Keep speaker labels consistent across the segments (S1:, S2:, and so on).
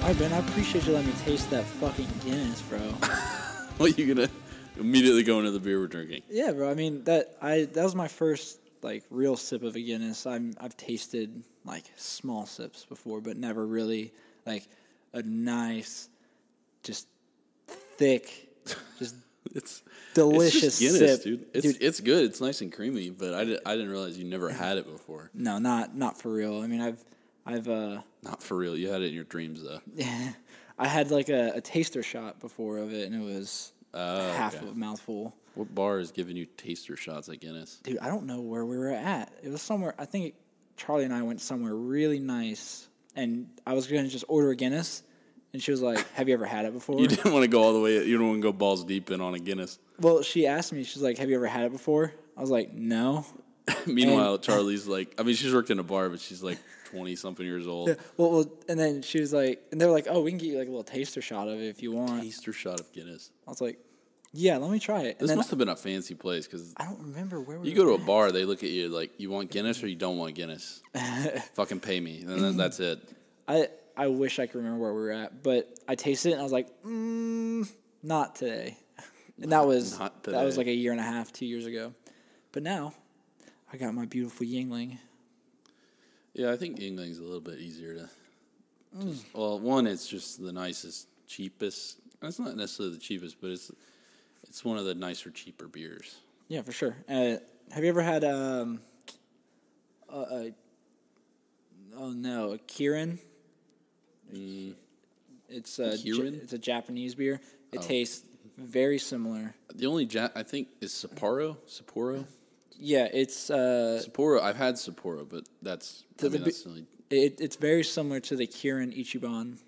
S1: All right, Ben, I appreciate you letting me taste that fucking Guinness, bro.
S2: Well, you're gonna immediately go into the beer we're drinking.
S1: yeah, bro. I mean that I that was my first like real sip of a Guinness. I'm I've tasted like small sips before, but never really like a nice, just thick, just
S2: It's it's
S1: delicious
S2: just Guinness,
S1: sip,
S2: dude. It's it's good. It's nice and creamy, but I, di- I didn't realize you never had it before.
S1: No, not not for real. I mean, I've I've uh
S2: Not for real. You had it in your dreams though.
S1: I had like a, a taster shot before of it, and it was half
S2: okay.
S1: of a mouthful.
S2: What bar is giving you taster shots at Guinness?
S1: Dude, I don't know where we were at. It was somewhere. I think Charlie and I went somewhere really nice, and I was gonna just order a Guinness, and she was like, "Have you ever had it before?"
S2: You didn't want to go all the way. You don't want to go balls deep in on a Guinness.
S1: Well, she asked me. She's like, "Have you ever had it before?" I was like, "No."
S2: Meanwhile, Charlie's like, I mean, she's worked in a bar, but she's like twenty something years old.
S1: Well, well, and then she was like, and they were like, "Oh, we can get you like a little taster shot of it if you want."
S2: Taster shot of Guinness.
S1: I was like, "Yeah, let me try it." And
S2: This
S1: then
S2: must have been a fancy place because
S1: I don't remember where we
S2: you
S1: were
S2: go to a bar, they look at you like, you want Guinness or you don't want Guinness. Fucking pay me, and then that's it.
S1: I I wish I could remember where we were at, but I tasted it and I was like, mm, not today. And that was
S2: not
S1: that was
S2: today.
S1: like a year and a half, two years ago. But now, I got my beautiful Yingling.
S2: Yeah, I think Yingling's a little bit easier to. Just, well, one, it's just the nicest, cheapest. It's not necessarily the cheapest, but it's it's one of the nicer, cheaper beers.
S1: Yeah, for sure. Uh, have you ever had um, a, a oh no, a Kirin? It's a Ja-
S2: Mm. Kirin? Oh.
S1: it's a Japanese beer. It tastes very similar.
S2: The only ja- I think is Sapporo. Sapporo.
S1: Yeah, it's uh,
S2: Sapporo. I've had Sapporo, but that's I
S1: To the
S2: mean,
S1: be-
S2: that's the only,
S1: it, it's very similar to the Kirin Ichiban.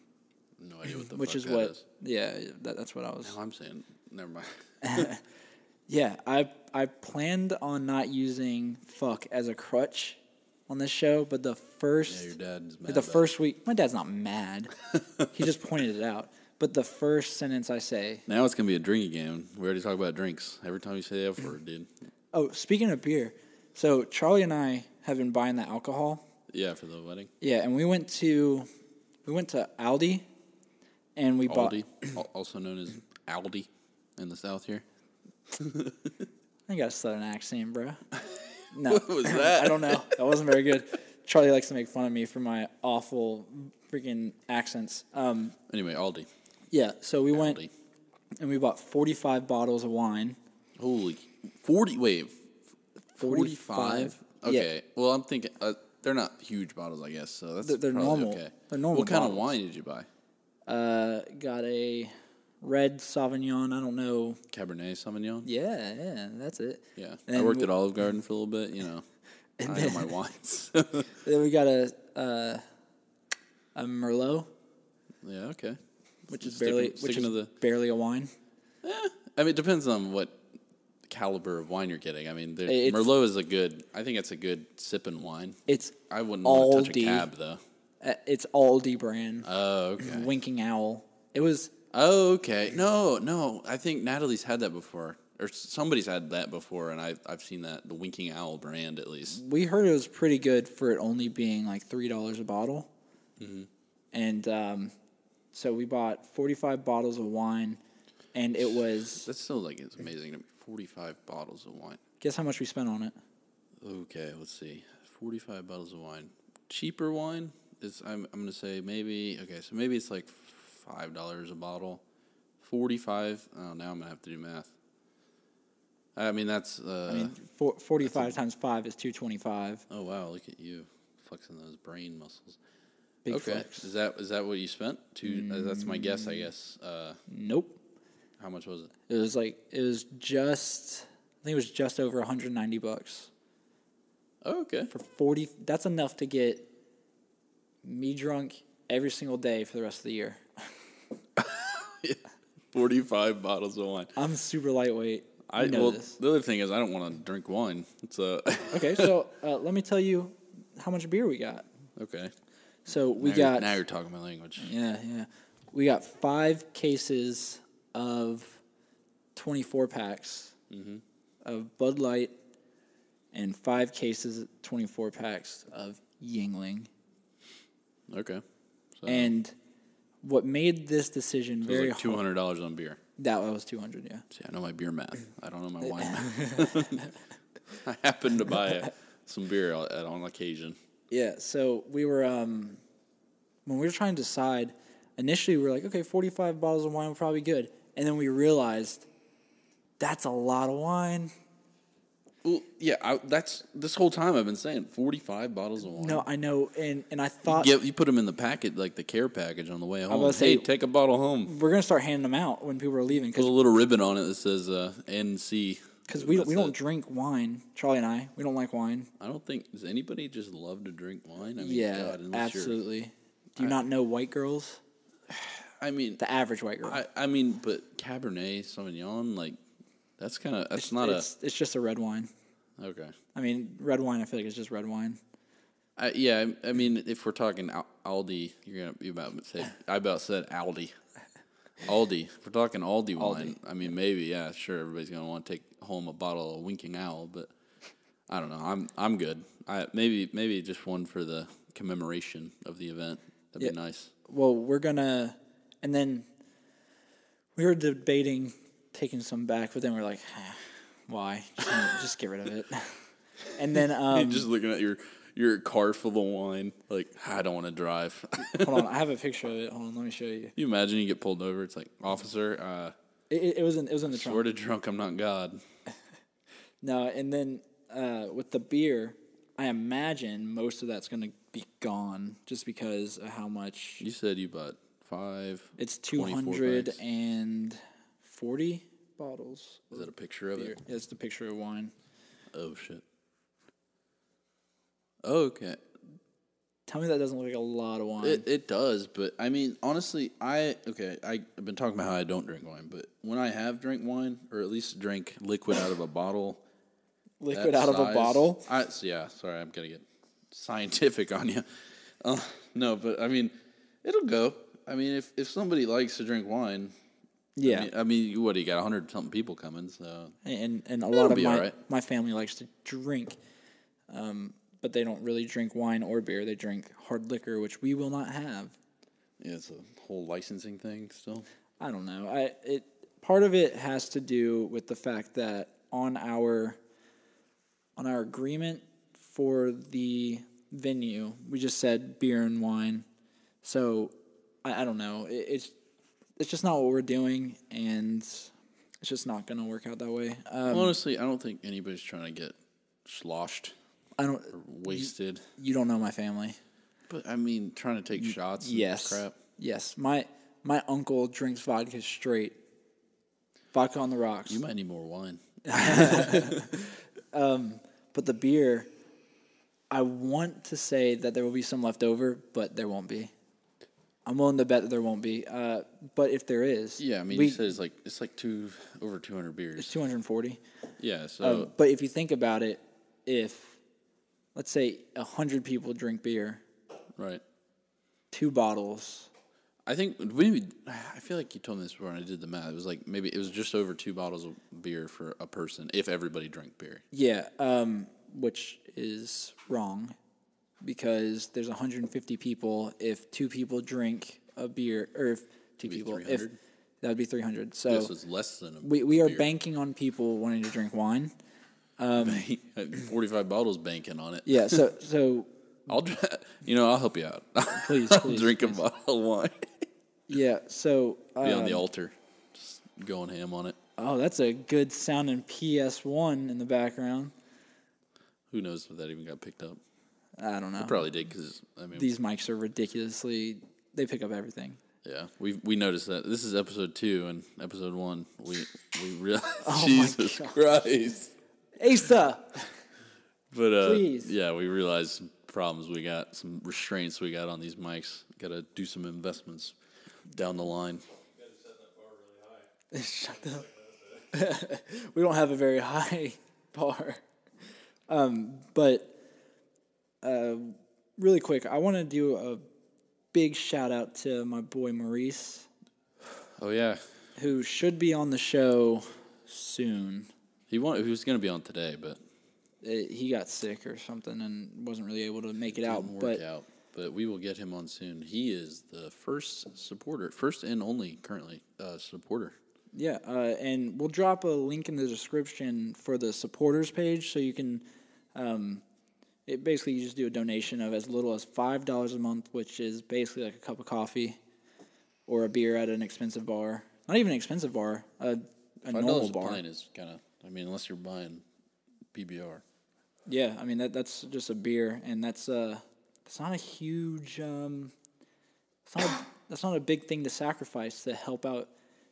S2: no idea what the
S1: which
S2: fuck
S1: is
S2: that
S1: what
S2: is.
S1: yeah that, that's what i was
S2: No, I'm saying never mind.
S1: yeah i i planned on not using fuck as a crutch on this show but the first
S2: your dad's mad
S1: the
S2: about it.
S1: first week my dad's not mad he just pointed it out but the first sentence i say
S2: Now it's gonna be a drinking game. We already talk about drinks every time you say the F word, dude.
S1: oh speaking of beer so charlie and i have been buying the alcohol
S2: Yeah, for the wedding.
S1: yeah and we went to we went to aldi and we bought
S2: Aldi, al- also known as Aldi, in the South here.
S1: I got a southern accent, bro. No, what
S2: was that?
S1: I don't know. That wasn't very good. Charlie likes to make fun of me for my awful freaking accents. Um,
S2: Anyway, Aldi.
S1: yeah, so we went
S2: Aldi.
S1: and we bought 45 bottles of wine.
S2: Holy forty. Wait, forty-five.
S1: 45?
S2: Okay. Well, I'm thinking uh, they're not huge bottles, I guess. So that's
S1: They're- they're
S2: probably
S1: normal.
S2: Okay.
S1: They're normal
S2: What kind of
S1: bottles.
S2: wine did you buy?
S1: Uh, got a red Sauvignon. I don't know.
S2: Cabernet Sauvignon.
S1: Yeah, yeah, that's it.
S2: Yeah. I
S1: And
S2: worked
S1: we-
S2: at Olive Garden for a little bit. You know, I know my wines. yeah.
S1: Then we got a uh, a Merlot,
S2: Okay.
S1: which is
S2: Sticking-
S1: barely which
S2: sticking
S1: is
S2: to the
S1: barely a wine.
S2: I mean, it depends on what caliber of wine you're getting. I mean, there-
S1: It's-
S2: Merlot is a good. I think it's a good sipping wine.
S1: It's
S2: I wouldn't want to touch a
S1: Aldi.
S2: cab though.
S1: uh, it's Aldi brand.
S2: Oh, okay.
S1: Winking Owl. It was
S2: Oh, okay. No, no. I think Natalie's had that before, or s- somebody's had that before, and I've I've seen that the Winking Owl brand at least.
S1: we heard it was pretty good for it only being like three dollars a bottle,
S2: Mm-hmm.
S1: and um, so we bought forty five bottles of wine, and it was
S2: That's still like it's amazing to me. Forty-five bottles of wine.
S1: guess how much we spent on it.
S2: Okay, let's see. Forty-five bottles of wine. Cheaper wine is I'm I'm gonna say maybe okay, so maybe it's like five dollars a bottle. Forty-five. Oh, now I'm gonna have to do math. I mean that's. Uh,
S1: I mean, for, forty five times five is two twenty five.
S2: oh wow, look at you flexing those brain muscles.
S1: Big
S2: okay,
S1: flex.
S2: is that is that what you spent? Two. uh, that's my guess. I guess. Uh,
S1: Nope.
S2: how much was it?
S1: It was like it was just I think it was just over one hundred ninety bucks
S2: Oh, okay.
S1: for forty. That's enough to get me drunk every single day for the rest of the year.
S2: Forty-five bottles of wine.
S1: I'm super lightweight.
S2: I
S1: know
S2: well,
S1: this.
S2: the other thing is I don't want to drink wine. It's a
S1: Okay, so uh, let me tell you how much beer we got.
S2: okay.
S1: So we
S2: now
S1: got
S2: you're, now you're talking my language.
S1: yeah yeah we got five cases of twenty four packs
S2: Mm-hmm.
S1: of Bud Light and five cases twenty four packs of Yingling.
S2: Okay, so
S1: And what made this decision
S2: Uh-huh. it was
S1: very
S2: like two
S1: hard?
S2: hundred dollars on beer.
S1: That was two hundred. Yeah.
S2: See, I know my beer math. I don't know my wine math. I happened to buy a, some beer on- at- on occasion.
S1: Yeah, so we were um when we were trying to decide, initially we were like, okay, 45 bottles of wine will probably be good. And then we realized that's a lot of wine.
S2: Well, yeah, I, that's this whole time I've been saying forty-five bottles of wine.
S1: No, I know and and I thought
S2: yeah, you put them in the packet like the care package on the way home. Hey,
S1: about to say-
S2: take a bottle home.
S1: we're going to start handing them out when people are leaving
S2: Put a
S1: cuz
S2: little ribbon on it that says uh, NC.
S1: we don't,
S2: That's
S1: we
S2: it.
S1: don't drink wine. Charlie and I, we don't like wine.
S2: I don't think does anybody just love to drink wine. I mean,
S1: yeah,
S2: God, unless you're-
S1: absolutely. Do you not know white girls?
S2: I mean,
S1: The average white girl.
S2: I, I mean, but Cabernet Sauvignon, like that's kind of that's not
S1: it's, it's just a red wine.
S2: a okay.
S1: I mean, red wine I feel like is just red wine.
S2: I, yeah, I, I mean, if we're talking Al- Aldi, you're gonna you about say I about said Aldi, Aldi. If we're talking Aldi wine, I mean, maybe yeah, sure, everybody's gonna want to take home a bottle of Winking Owl, but I don't know. I'm I'm good. I maybe maybe just one for the commemoration of the event. That'd be
S1: Yeah.
S2: nice.
S1: well, we're gonna, and then we were debating taking some back, but then we are like, "Ah, why? Just, gonna- just get rid of it. And then, um,
S2: just looking at your your car full of wine, like I don't want to drive.
S1: hold on, I have a picture of it. Hold on, let me show you.
S2: you imagine you get pulled over. It's like officer, uh,
S1: It, it, it was in it was in the trunk.
S2: swear to drunk, I'm not God.
S1: No, and then uh, with the beer, I imagine most of that's gonna be gone just because of how much
S2: You said you bought five.
S1: it's
S2: 24
S1: 240
S2: bags.
S1: bottles.
S2: Is that a picture of
S1: Beer.
S2: it?
S1: Yeah, it's the picture of wine.
S2: Oh shit. Oh, okay.
S1: Tell me that doesn't look like a lot of wine.
S2: It it does, but I mean honestly, I okay, I, I've been talking about how I don't drink wine, but when I have drank wine, or at least drink liquid out of a bottle. that
S1: Liquid out of a
S2: size-
S1: bottle.
S2: I s- yeah, sorry, I'm gonna get scientific on you. Uh, no, but I mean it'll go. I mean if, if somebody likes to drink wine,
S1: Yeah,
S2: I mean, I mean you- what do you got hundred something people coming, so
S1: and and a lot of
S2: be
S1: my
S2: alright.
S1: my family likes to drink, um, but they don't really drink wine or beer. They drink hard liquor, which we will not have.
S2: yeah, it's a whole licensing thing still.
S1: I don't know. I it part of it has to do with the fact that on our on our agreement for the venue, we just said beer and wine. So I, I don't know. It, it's it's just not what we're doing, and it's just not going to work out that way. Um,
S2: Honestly, I don't think anybody's trying to get sloshed
S1: I don't.
S2: or wasted.
S1: You don't know my family.
S2: But I mean, trying to take shots. and
S1: Yes.
S2: Crap.
S1: Yes. My my uncle drinks vodka straight. Vodka on the rocks.
S2: You might need more wine.
S1: but the beer, I want to say that there will be some left over, but there won't be. I'm willing to bet that there won't be. Uh, but if there is,
S2: Yeah, I mean,
S1: we,
S2: you said it's like it's like two over two hundred
S1: it's
S2: beers.
S1: 240.
S2: Yeah. So
S1: Um, but if you think about it, if let's say 100 people drink beer,
S2: right.
S1: two bottles,
S2: I think maybe I feel like you told me this before, and I did the math. It was like maybe it was just over two bottles of beer for a person if everybody drank beer.
S1: Yeah, um, which is wrong because there's 150 people. If two people drink a beer, or if two
S2: Be
S1: people, if
S2: 300?
S1: that would be 300. So
S2: This was less than a
S1: we, we are
S2: beer.
S1: banking on people wanting to drink wine.
S2: forty five bottles banking on it.
S1: Yeah, so so
S2: I'll dr- you know I'll help you out.
S1: Please,
S2: I'll
S1: please,
S2: drink a bottle of wine.
S1: yeah, so
S2: Be
S1: uh,
S2: on the altar, just going ham on it.
S1: oh, that's a good sounding PS1 in the background.
S2: Who knows if that even got picked up?
S1: I don't know.
S2: Probably did because I mean
S1: These mics are ridiculously. They pick up everything.
S2: Yeah, we we noticed that. This is episode two, and episode one, we we realized
S1: Oh my
S2: Jesus
S1: gosh.
S2: Christ.
S1: Asa,
S2: But uh,
S1: Please.
S2: yeah, we realized some problems we got, some restraints we got on these mics. Got to do some investments down the line.
S1: shut up. we don't have a very high bar. Um, but uh, really quick, I want to do a big shout out to my boy Maurice,
S2: Oh yeah,
S1: who should be on the show soon.
S2: he wanted, He was gonna be on today, but
S1: Uh he got sick or something and wasn't really able to make it out.
S2: didn't work
S1: But
S2: out. But we will get him on soon. He is the first supporter, first and only currently uh, supporter.
S1: Yeah, uh, and we'll drop a link in the description for the supporters page, so you can. Um, it basically you just do a donation of as little as five dollars a month, which is basically like a cup of coffee, or a beer at an expensive bar. Not even an expensive bar, a, a
S2: Five
S1: normal
S2: dollars a
S1: bar.
S2: pint is kind of. I mean, unless you're buying PBR.
S1: Yeah, I mean that that's just a beer, and that's uh that's not a huge um, it's not a, that's not a big thing to sacrifice to help out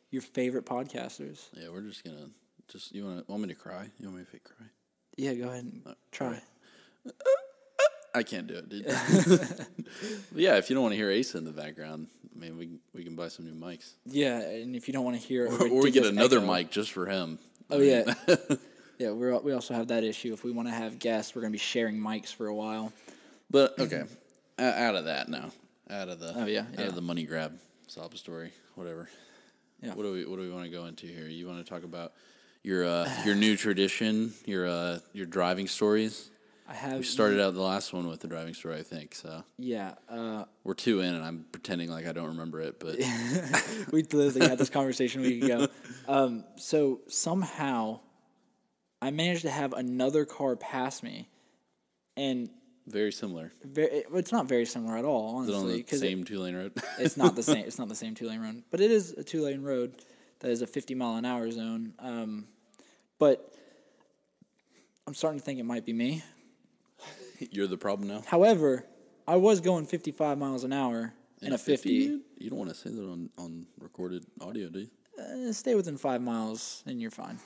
S1: your favorite podcasters.
S2: Yeah, we're just gonna. Just you want to want me to cry? You want me to cry?
S1: Yeah, go ahead
S2: Uh,
S1: and try.
S2: I can't do it, dude. But yeah, if you don't want to hear Asa in the background, I mean, we we can buy some new mics,
S1: Yeah, and if you don't want to hear, a
S2: or we get
S1: ridiculous
S2: another
S1: echo-
S2: mic just for him.
S1: Oh yeah, yeah. We we also have that issue. If we want to have guests, we're gonna be sharing mics for a while.
S2: But okay, O- out of that now, out of the
S1: Oh, yeah,
S2: out
S1: yeah.
S2: of the money grab, sob story, whatever.
S1: Yeah.
S2: What do we what do we want to go into here? You want to talk about your uh, your new tradition, your uh, your driving stories?
S1: I have
S2: We started out the last one with the driving story, I think. So
S1: Yeah, uh,
S2: we're two in, and I'm pretending like I don't remember it, but
S1: we literally had this conversation a week ago. Um, so somehow, I managed to have another car pass me, and
S2: very similar.
S1: very, it's not very similar at all,
S2: Is it on
S1: honestly.
S2: the
S1: 'cause it-
S2: same two lane road?
S1: it's not the same. It's not the same two lane road, but it is a two lane road that is a fifty mile an hour zone. Um, but I'm starting to think it might be me.
S2: You're the problem now.
S1: However, I was going fifty five miles an hour in, a fifty.
S2: dude? You don't want to say that on on recorded audio, do you?
S1: Uh, stay within five miles, and you're fine.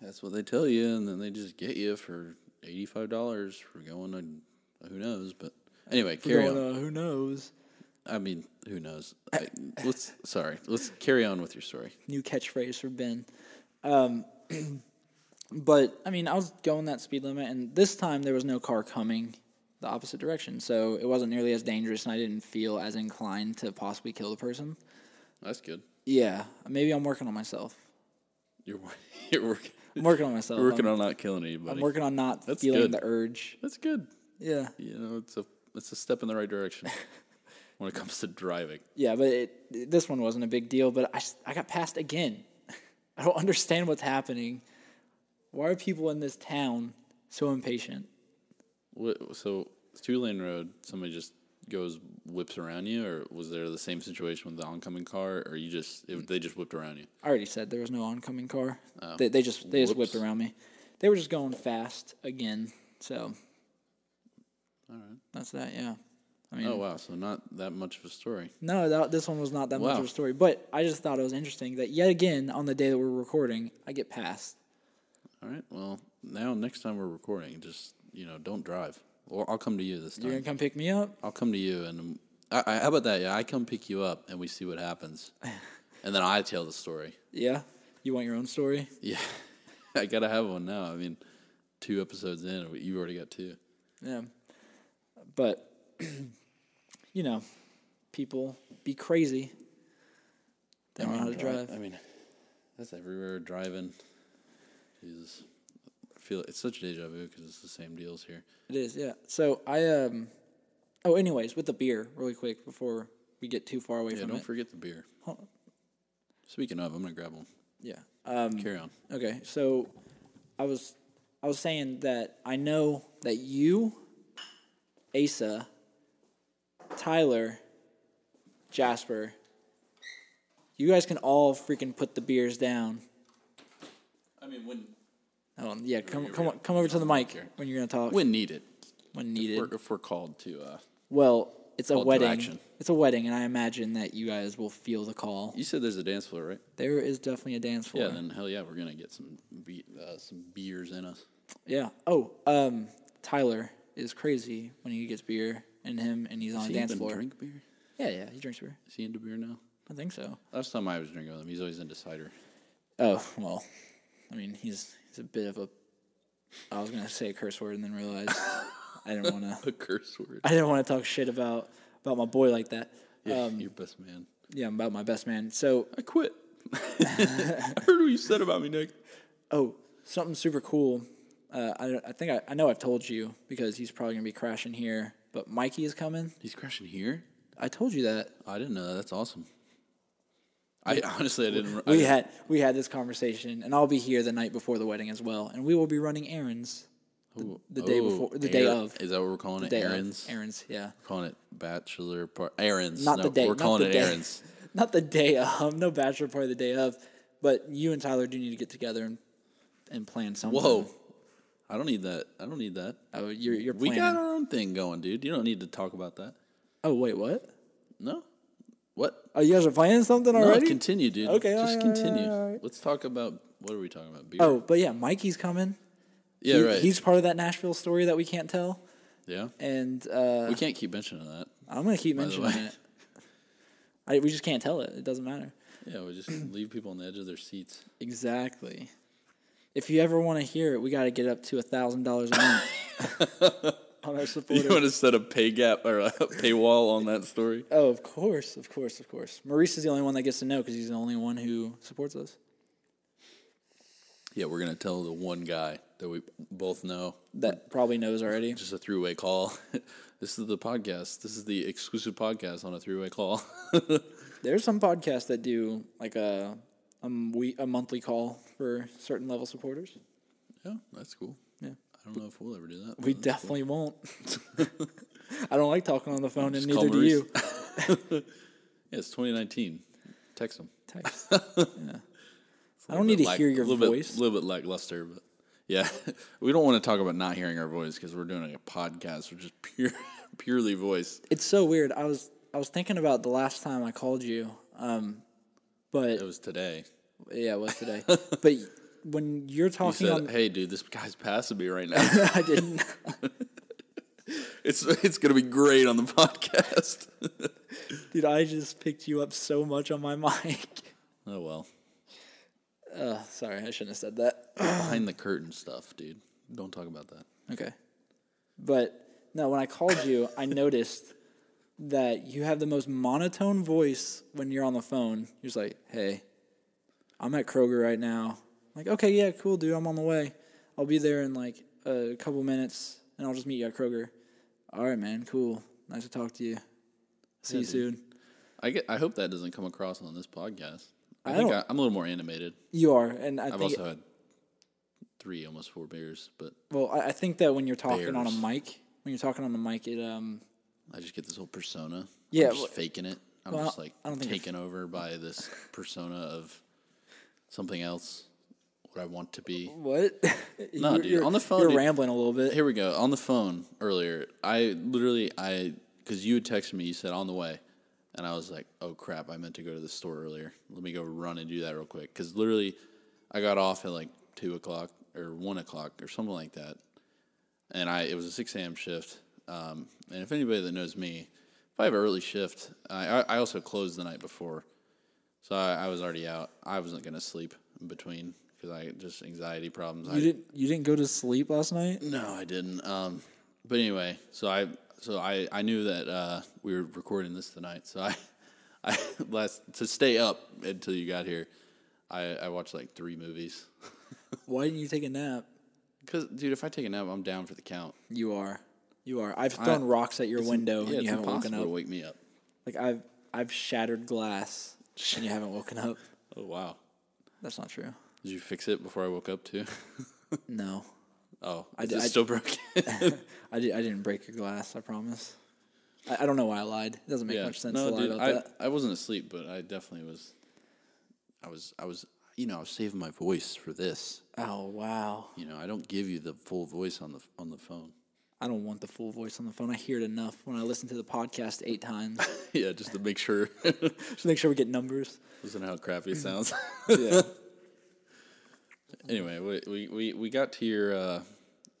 S2: That's what they tell you, and then they just get you for eighty five dollars for going on who knows. But anyway, carry
S1: Going,
S2: on.
S1: uh, who knows?
S2: I mean, who knows? I, let's sorry. Let's carry on with your story.
S1: new catchphrase for Ben. Um, but I mean, I was going that speed limit, and this time there was no car coming the opposite direction, so it wasn't nearly as dangerous, and I didn't feel as inclined to possibly kill the person.
S2: That's good.
S1: Yeah, maybe I'm working on myself.
S2: You're wor- you're working,
S1: I'm working on myself.
S2: you're working
S1: I'm,
S2: on not killing anybody.
S1: I'm working on not
S2: That's
S1: feeling
S2: good.
S1: the urge.
S2: That's good.
S1: Yeah,
S2: You know, it's a it's a step in the right direction when it comes to driving.
S1: yeah, but it, this one wasn't a big deal. But I, s- I got passed again. I don't understand what's happening. Why are people in this town so impatient?
S2: What, so two lane road, somebody just goes whips around you, or was there the same situation with the oncoming car, or you just it, they just whipped around you?
S1: I already said there was no oncoming car. They, they just they just whipped
S2: Whoops.
S1: around me. They were just going fast again. So, all right, that's that. Yeah, I mean,
S2: Oh wow, so not that much of a story.
S1: no, that, this one was not that much
S2: Wow.
S1: of a story, but I just thought it was interesting that yet again on the day that we're recording, I get passed.
S2: All right. Well, now next time we're recording, just you know, don't drive. Or I'll come to you this
S1: You're
S2: time.
S1: gonna come pick me up?
S2: I'll come to you, and I, I, how about that? Yeah, I come pick you up, and we see what happens, and then I tell the story.
S1: Yeah. You want your own story?
S2: Yeah, I gotta have one now. I mean, two episodes in, you already got two.
S1: Yeah. But you know, people be crazy. They don't know how to drive.
S2: I mean, that's everywhere driving. Jesus, I feel it's such deja vu because it's the same deals here.
S1: It is, yeah. So I um oh anyways, with the beer, really quick before we get too far away
S2: Yeah,
S1: from
S2: don't
S1: it.
S2: forget the beer.
S1: Hold-
S2: Speaking of, I'm gonna grab one.
S1: yeah. Um
S2: Carry on.
S1: okay. So I was I was saying that I know that you, Asa, Tyler, Jasper, you guys can all freaking put the beers down.
S2: I mean, when
S1: Hold on, yeah, come
S2: we
S1: come
S2: go.
S1: o- come over to the mic when you're gonna talk
S2: when needed,
S1: when needed.
S2: if we're, if we're called to. Uh,
S1: Well, it's a
S2: Call to
S1: wedding.
S2: action.
S1: It's a wedding, and I imagine that you guys will feel the call.
S2: you said there's a dance floor, right?
S1: There is definitely a dance floor.
S2: Yeah. Then hell yeah, we're gonna get some be- uh, some beers in us.
S1: Yeah. Oh, um, Tyler is crazy when he gets beer in him, and he's on
S2: Does
S1: a
S2: he
S1: dance
S2: even
S1: floor.
S2: drink beer?
S1: Yeah, yeah, he drinks beer.
S2: Is he into beer now?
S1: I think so.
S2: Last time I was drinking with him, he's always into cider.
S1: Oh well, I mean, he's he's a bit of a. I was gonna say a curse word and then realized I didn't want to.
S2: A curse word.
S1: I didn't want to talk shit about about my boy like that. Yeah,
S2: Yeah, your best man.
S1: yeah about my best man. So
S2: I quit. I heard what you said about me, Nick.
S1: Oh, something super cool. Uh, I, I think I, I know I've told you because he's probably gonna be crashing here. But Mikey is coming.
S2: He's crashing here.
S1: I told you that
S2: I didn't know that. That's awesome. I honestly I didn't. I
S1: we
S2: didn't-
S1: had we had this conversation, and I'll be here the night before the wedding as well, and we will be running errands
S2: Ooh,
S1: the day
S2: oh,
S1: before- the day
S2: air-
S1: of.
S2: Is that what we're calling it?
S1: day of.
S2: errands.
S1: Errands, yeah.
S2: We're calling it bachelor part. Errands.
S1: Not
S2: No,
S1: the day.
S2: We're
S1: not
S2: calling
S1: the
S2: it
S1: day,
S2: errands.
S1: Not the day of. No bachelor party the day of. But you and Tyler do need to get together and, and plan something.
S2: Whoa. I don't need that. I don't need that.
S1: Oh, you're you're
S2: We
S1: planning.
S2: got our own thing going, dude. You don't need to talk about that.
S1: oh wait, what?
S2: No. What?
S1: Oh, you guys are planning something
S2: No,
S1: already?
S2: continue, dude.
S1: Okay,
S2: Just
S1: alright,
S2: continue.
S1: alright, alright.
S2: Let's talk about what are we talking about? Beer.
S1: oh, but yeah, Mikey's coming.
S2: yeah,
S1: He-
S2: right.
S1: He's part of that Nashville story that we can't tell,
S2: yeah.
S1: and uh,
S2: We can't keep mentioning that.
S1: I'm gonna keep
S2: By the
S1: mentioning
S2: way.
S1: it. I, we just can't tell it. It doesn't matter.
S2: Yeah, we just leave people on the edge of their seats.
S1: Exactly. If you ever want to hear it, we got to get up to a thousand dollars a month on our
S2: You
S1: supporters.
S2: want to set a pay gap or a paywall on that story?
S1: oh, of course, of course, of course. Maurice is the only one that gets to know because he's the only one who supports us.
S2: Yeah, we're gonna tell the one guy that we both know.
S1: That probably knows already.
S2: Just a three-way call. this is the podcast. This is the exclusive podcast on a three-way call.
S1: There's some podcasts that do like a a m- we a monthly call for certain level supporters.
S2: yeah, Oh, that's cool.
S1: Yeah,
S2: I don't know if we'll ever do that.
S1: we
S2: but that's
S1: definitely won't. I don't like talking on the phone, and
S2: Just call
S1: neither do
S2: Maurice.
S1: you.
S2: cool. Yeah, it's 2019. Text him.
S1: Text. I don't need to hear your
S2: a little
S1: voice.
S2: Bit, little bit lackluster, but yeah, we don't want to talk about not hearing our voice because we're doing a podcast. We're just pure, purely voice.
S1: It's so weird. I was I was thinking about the last time I called you, um, but
S2: It was today.
S1: yeah, it was today. but when you're
S2: You
S1: talking
S2: said,
S1: Oh, on,
S2: "Hey, dude, this guy's passing me right now.
S1: I didn't.
S2: it's it's gonna be great on the podcast."
S1: Dude, I just picked you up so much on my mic.
S2: oh well,
S1: Uh, sorry, I shouldn't have said that.
S2: behind the curtain stuff, dude. Don't talk about that.
S1: Okay, but no, when I called you, I noticed that you have the most monotone voice when you're on the phone. You're just like, "Hey, I'm at Kroger right now." I'm like, okay, yeah, cool, dude. I'm on the way. I'll be there in like a couple minutes, and I'll just meet you at Kroger. All right, man. Cool. Nice to talk to you. See you
S2: dude.
S1: soon.
S2: I get. I hope that doesn't come across on this podcast. I,
S1: I
S2: think I,
S1: don't-
S2: I'm a little more animated.
S1: You are, and I
S2: I've
S1: think.
S2: also had three, almost four beers, but
S1: well, I, I think that when you're talking on a
S2: Bears.
S1: mic, when you're talking on the mic, it um.
S2: I just get this whole persona.
S1: Yeah,
S2: I'm just
S1: well-
S2: faking it. I'm
S1: well,
S2: just like
S1: I don't think you're
S2: taken over by this persona of something else. What I want to be.
S1: What?
S2: No,
S1: You're-
S2: dude,
S1: you're-
S2: on the phone,
S1: You're
S2: dude.
S1: rambling a little bit.
S2: Here we go. On the phone earlier, I literally I because you had texted me. You said on the way, and I was like, "Oh crap! I meant to go to the store earlier. Let me go run and do that real quick." Because literally, I got off at like two o'clock or one o'clock or something like that, and I it was a six a.m. shift. Um, and if anybody that knows me, if I have an early shift, I I I also closed the night before, so I, I was already out. I wasn't gonna sleep in between because I just anxiety problems. I,
S1: You didn't. You didn't go to sleep last night.
S2: no, I didn't. Um, but anyway, so I so I, I knew that uh, we were recording this tonight. So I I last to stay up until you got here. I, I watched like three movies.
S1: Why didn't you take a nap?
S2: Cause dude, if I take a nap, I'm down for the count.
S1: You are. You are. I've thrown rocks at your window Oh,
S2: yeah,
S1: and
S2: it's
S1: you haven't woken
S2: impossible to
S1: up.
S2: wake me up.
S1: Like I've I've shattered glass and you haven't woken up.
S2: Oh wow,
S1: That's not true.
S2: did you fix it before I woke up too?
S1: No.
S2: oh, is
S1: d-
S2: it
S1: I-
S2: still broken?
S1: I, did, I didn't break your glass, I promise. I, I don't know why I lied. It doesn't make
S2: yeah,
S1: much sense
S2: no,
S1: to lie
S2: dude,
S1: about
S2: I
S1: that.
S2: I wasn't asleep, but I definitely was. I was I was you know I was saving my voice for this.
S1: Oh wow.
S2: You know, I don't give you the full voice on the on the phone.
S1: I don't want the full voice on the phone. I hear it enough when I listen to the podcast eight times.
S2: yeah, just to make sure.
S1: Just make sure we get numbers.
S2: Listen to how crappy it sounds.
S1: Yeah.
S2: anyway, we, we, we, we got to your uh,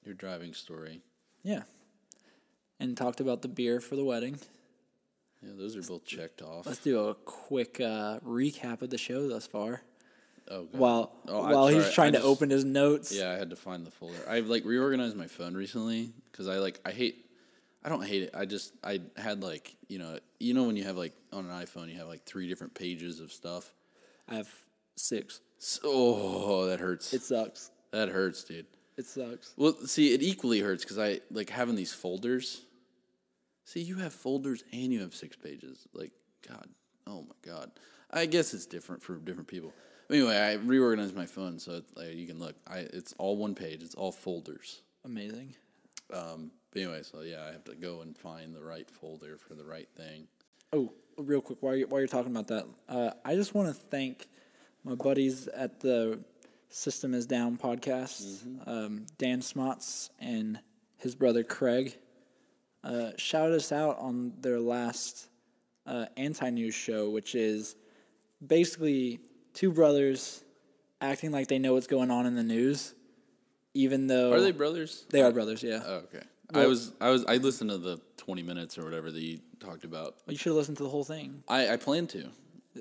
S2: your driving story.
S1: yeah. And talked about the beer for the wedding.
S2: Yeah, those are both checked off.
S1: Let's do a quick uh, recap of the show thus far.
S2: Oh, God.
S1: while
S2: Oh, I'm
S1: while he's
S2: sorry.
S1: trying
S2: I
S1: to
S2: just-
S1: open his notes.
S2: Yeah, I had to find the folder. I've like reorganized my phone recently because I like I hate. I don't hate it. I just I had like you know you know when you have like on an iPhone you have like three different pages of stuff.
S1: I have six.
S2: So, oh, that hurts.
S1: It sucks.
S2: that hurts, dude.
S1: It sucks.
S2: Well, see, it equally hurts because I like having these folders. See, you have folders and you have six pages. Like, God, oh my God. I guess it's different for different people. Anyway, I reorganized my phone so it, like, you can look. I it's all one page. It's all folders.
S1: Amazing.
S2: Um, but anyway, so yeah, I have to go and find the right folder for the right thing.
S1: Oh, real quick, while you're, while you're talking about that, uh, I just want to thank my buddies at the System Is Down podcast,
S2: Mm-hmm.
S1: um, Dan Smots and his brother Craig. Uh, shouted us out on their last uh, anti news show, which is basically two brothers acting like they know what's going on in the news, even though
S2: Are they brothers?
S1: they are brothers. Yeah,
S2: Oh, okay. I was I was I listened to the twenty minutes or whatever that you talked about.
S1: you should have listened to the whole thing.
S2: I I plan to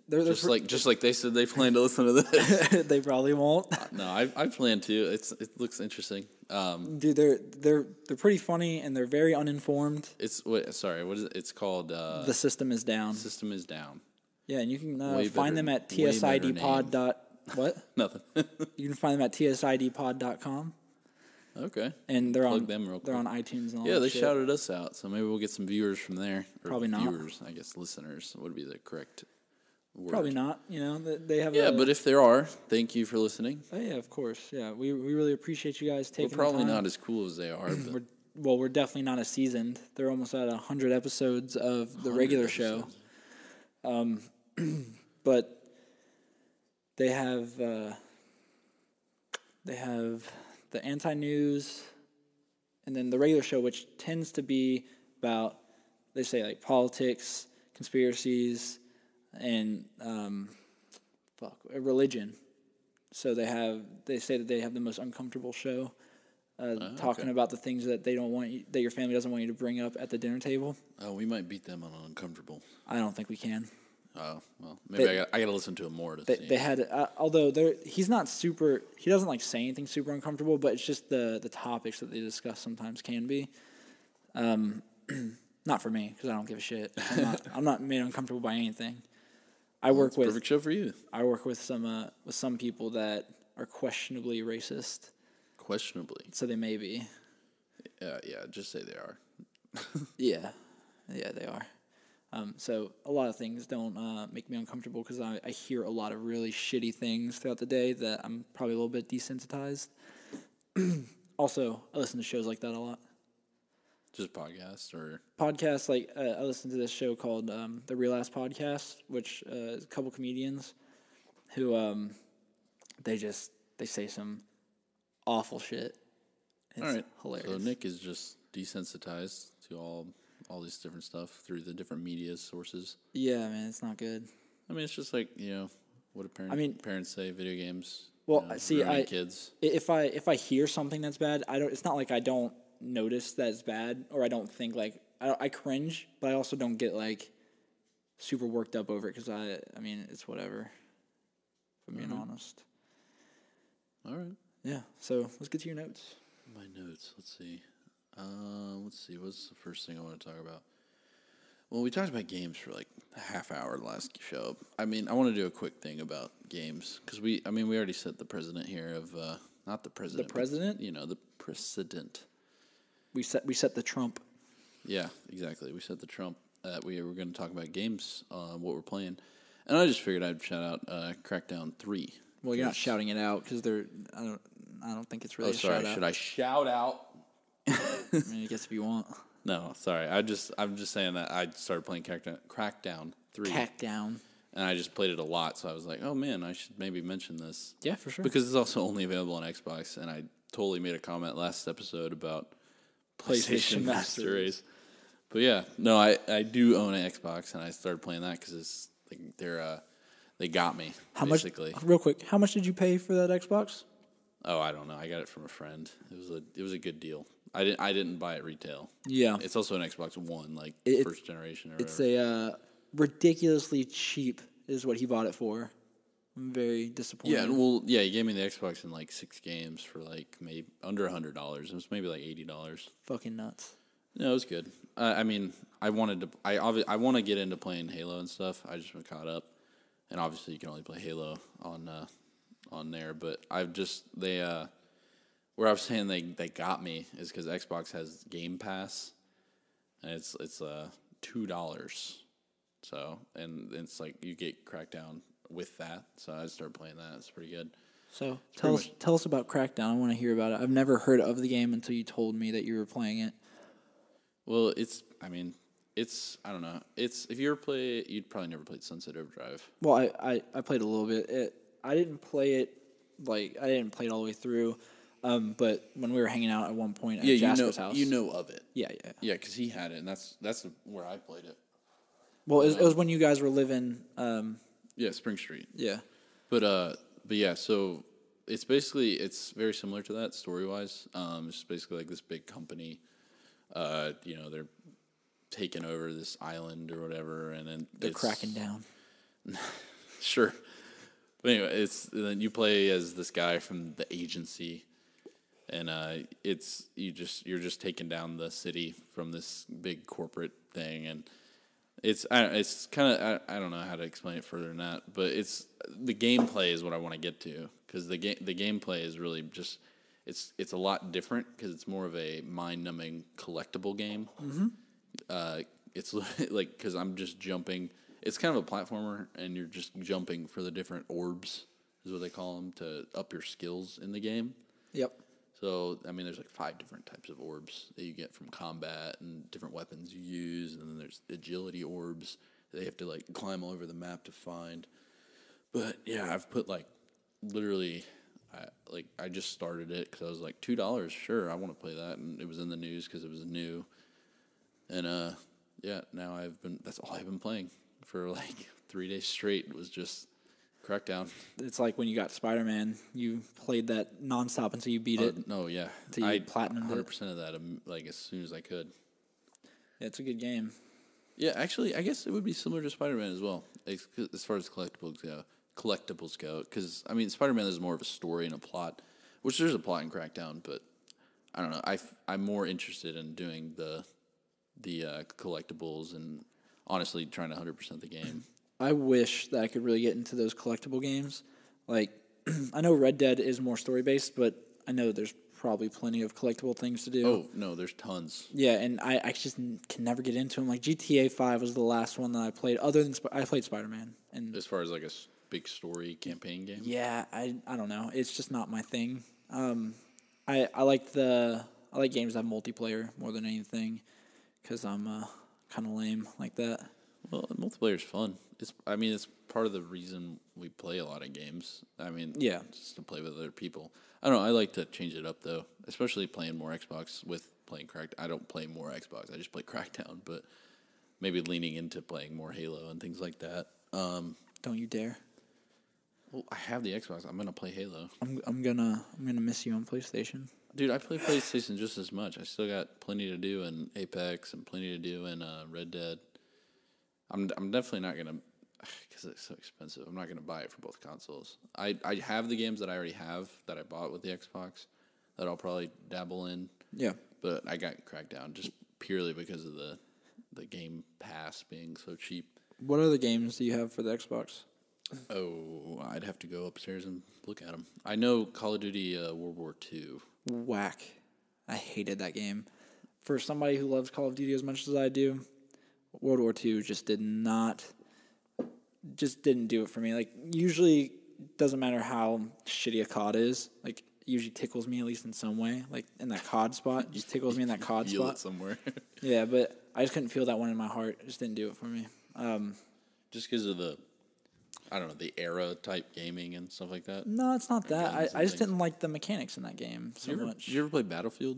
S1: They're, they're
S2: just like just like they said they plan to listen to this.
S1: they probably won't.
S2: No, I I plan to. It's it looks interesting. Um,
S1: Dude, they're they're they're pretty funny and they're very uninformed.
S2: it's what? Sorry, what is it? It's called uh,
S1: The system is down.
S2: System is Down.
S1: Yeah, and you can uh,
S2: Way
S1: find
S2: better-
S1: them at
S2: way better
S1: tsidpod
S2: name.
S1: dot what?
S2: Nothing.
S1: You can find them at tsidpod.com.
S2: okay.
S1: and they're
S2: Plug
S1: on
S2: them real
S1: they're on iTunes and all.
S2: Yeah,
S1: that
S2: they
S1: shit.
S2: shouted us out, so maybe we'll get some viewers from there. Or
S1: Probably not.
S2: Viewers, I guess listeners would be the correct word.
S1: Probably not. You know they- they have.
S2: Yeah,
S1: a-
S2: but if there are, thank you for listening.
S1: oh, yeah, of course. Yeah, we we really appreciate you guys
S2: We're
S1: taking.
S2: probably
S1: the time.
S2: not as cool as they are, but
S1: We're, well, we're definitely not as seasoned. They're almost at hundred episodes of the regular show. Um,
S2: episodes.
S1: but they have uh, they have the anti news, and then the regular show, which tends to be about they say like politics, conspiracies, and um, fuck uh, religion. So they have they say that they have the most uncomfortable show, uh, talking about the things that they don't want you, that your family doesn't want you to bring up at the dinner table.
S2: oh, we might beat them on uncomfortable.
S1: I don't think we can.
S2: Oh well, maybe
S1: They-
S2: I, got, I got to listen to them more to
S1: They,
S2: see.
S1: they had, uh, although they're, he's not super, he doesn't like say anything super uncomfortable, but it's just the the topics that they discuss sometimes can be. Um, not for me because I don't give a shit. I'm not, I'm not made uncomfortable by anything. I work with
S2: Perfect show for you.
S1: I work with some uh, with some people that are questionably racist,
S2: Questionably,
S1: so they may be.
S2: uh, yeah, just say they are.
S1: Yeah, yeah, they are. Um, so a lot of things don't uh, make me uncomfortable because I, I hear a lot of really shitty things throughout the day that I'm probably a little bit desensitized. also, I listen to shows like that a lot.
S2: Just podcasts or
S1: Podcasts like uh, I listen to this show called um, the Real Ass Podcast, which uh, is a couple comedians who um, they just they say some awful shit. It's
S2: All right.
S1: hilarious.
S2: So Nick is just desensitized to all all these different stuff through the different media sources.
S1: yeah, man, it's not good.
S2: I mean, it's just like you know what a parent,
S1: I mean-
S2: parents say: video games.
S1: Well,
S2: you know,
S1: I- see,
S2: ruining
S1: I-
S2: kids.
S1: I- if I if I hear something that's bad, I don't. It's not like I don't notice that it's bad, or I don't think like I, I cringe, but I also don't get like super worked up over it because I I mean it's whatever. If I'm being
S2: Mm-hmm.
S1: honest,
S2: All right,
S1: yeah. So let's get to your notes.
S2: my notes. Let's see. Uh, let's see. What's the first thing I want to talk about? Well, we talked about games for like a half hour last show. I mean, I want to do a quick thing about games because we. I mean, we already set the president here of uh, not the president. but,
S1: president?
S2: you know, the precedent.
S1: We set we set the Trump.
S2: Yeah, exactly. We set the Trump that we were going to talk about games, uh, what we're playing, and I just figured I'd shout out uh, Crackdown Three.
S1: Well, you're not shouting it out because they're I don't I don't think it's really
S2: Oh,
S1: a
S2: sorry.
S1: shout out.
S2: Should I shout out?
S1: I mean, I guess if you want.
S2: No, sorry. I just I'm just saying that I started playing Crackdown, Crackdown Three,
S1: Tack down.
S2: and I just played it a lot. So I was like, oh man, I should maybe mention this.
S1: Yeah, for sure.
S2: because it's also only available on Xbox, and I totally made a comment last episode about
S1: PlayStation Master
S2: PlayStation Master Race. But yeah, no, I, I do own an Xbox, and I started playing that because it's like, they're uh, they got me
S1: How
S2: basically.
S1: much? Real quick, how much did you pay for that Xbox?
S2: Oh, I don't know. I got it from a friend. It was a it was a good deal. I didn't I didn't buy it retail.
S1: Yeah,
S2: It's also an Xbox One, like
S1: It-
S2: first generation or
S1: It's
S2: whatever.
S1: a uh, ridiculously cheap is what he bought it for. I'm very disappointed.
S2: Yeah, well, yeah, he gave me the Xbox in like six games for like maybe under a hundred dollars. It was maybe like eighty dollars.
S1: fucking nuts.
S2: No, it was good. Uh, I mean, I wanted to. I obvi- I want to get into playing Halo and stuff. I just been caught up, and obviously you can only play Halo on uh, on there. But I've just they uh, where I was saying they they got me is because Xbox has Game Pass, and it's it's uh two dollars. So and it's like you get Crackdown with that. So I started playing that. It's pretty good.
S1: So tell us, tell us about Crackdown. I want to hear about it. I've never heard of the game until you told me that you were playing it.
S2: Well, it's I mean. It's I don't know. It's if you ever play, you'd probably never played Sunset Overdrive.
S1: Well, I, I, I played a little bit. It, I didn't play it like I didn't play it all the way through. Um, but when we were hanging out at one point at Jasper's
S2: you know,
S1: house,
S2: You know of it.
S1: yeah, yeah.
S2: Yeah, because he had it, and that's that's where I played it.
S1: Well, it was, it was when you guys were living. Um,
S2: Yeah, Spring Street.
S1: yeah,
S2: But uh, but yeah, so it's basically it's very similar to that story wise. Um, it's basically like this big company. Uh, you know they're taking over this island or whatever, and then
S1: they're
S2: it's-
S1: cracking down.
S2: Sure. But anyway, it's then you play as this guy from the agency, and uh, it's you just you're just taking down the city from this big corporate thing, and it's I, it's kind of I, I don't know how to explain it further than that, but it's the gameplay is what I want to get to because the game the gameplay is really just it's it's a lot different because it's more of a mind numbing collectible game. Mm-hmm uh, it's li- like because I'm just jumping. It's kind of a platformer, and you're just jumping for the different orbs, is what they call them, to up your skills in the game.
S1: Yep.
S2: So I mean, there's like five different types of orbs that you get from combat and different weapons you use, and then there's agility orbs that you have to like climb all over the map to find. But yeah, I've put like literally, I, like I just started it because I was like two dollars, sure, I want to play that, and it was in the news because it was new, and uh, yeah, now I've been that's all I've been playing for like three days straight was just Crackdown.
S1: It's like when you got Spider Man. You played that nonstop until you beat
S2: Uh,
S1: it.
S2: no, yeah,
S1: Till you
S2: I
S1: platinumed it?
S2: hundred percent of that um, like as soon as I could.
S1: Yeah, it's a good game.
S2: Yeah, actually, I guess it would be similar to Spider Man as well, as, as far as collectibles go. Collectibles go, because I mean, Spider Man is more of a story and a plot, which there's a plot in Crackdown, but I don't know. I am more interested in doing the the uh, collectibles and honestly trying to hundred percent the game.
S1: I wish that I could really get into those collectible games. Like, I know Red Dead is more story based, but I know there's probably plenty of collectible things to do.
S2: oh no, there's tons.
S1: Yeah, and I, I just n- can never get into them. Like GTA Five was the last one that I played. Other than Sp- I played Spider Man, and
S2: As far as like a s- big story campaign game,
S1: yeah, I I don't know. It's just not my thing. Um, I I like the I like games that have multiplayer more than anything, because I'm uh, kind of lame like that.
S2: Well, multiplayer is fun. It's I mean it's part of the reason we play a lot of games. I mean,
S1: Yeah.
S2: just to play with other people. I don't know. I like to change it up though, especially playing more Xbox with playing Crack. I don't play more Xbox. I just play Crackdown, but maybe leaning into playing more Halo and things like that. Um,
S1: Don't you dare.
S2: well, I have the Xbox. I'm gonna play Halo,
S1: I'm I'm gonna I'm gonna miss you on PlayStation.
S2: dude. I play PlayStation just as much. I still got plenty to do in Apex and plenty to do in uh, Red Dead. I'm I'm definitely not gonna because it's so expensive. I'm not gonna buy it for both consoles. I I have the games that I already have that I bought with the Xbox that I'll probably dabble in,
S1: Yeah.
S2: but I got Crackdown just purely because of the the Game Pass being so cheap.
S1: What other games do you have for the Xbox?
S2: Oh, I'd have to go upstairs and look at them. I know Call of Duty uh, World War Two.
S1: whack. I hated that game. For somebody who loves Call of Duty as much as I do, World War II just did not just didn't do it for me. Like usually doesn't matter how shitty a COD is, like usually tickles me at least in some way. Like in that COD spot. Just tickles me in that COD
S2: Feel
S1: spot.
S2: it somewhere.
S1: Yeah, but I just couldn't feel that one in my heart. It just didn't do it for me. Um
S2: just because of the I don't know the era type gaming and stuff like that.
S1: no, it's not that. I,
S2: guns and
S1: I just
S2: things.
S1: didn't like the mechanics in that game so
S2: Did you, ever,
S1: much.
S2: did you ever play Battlefield?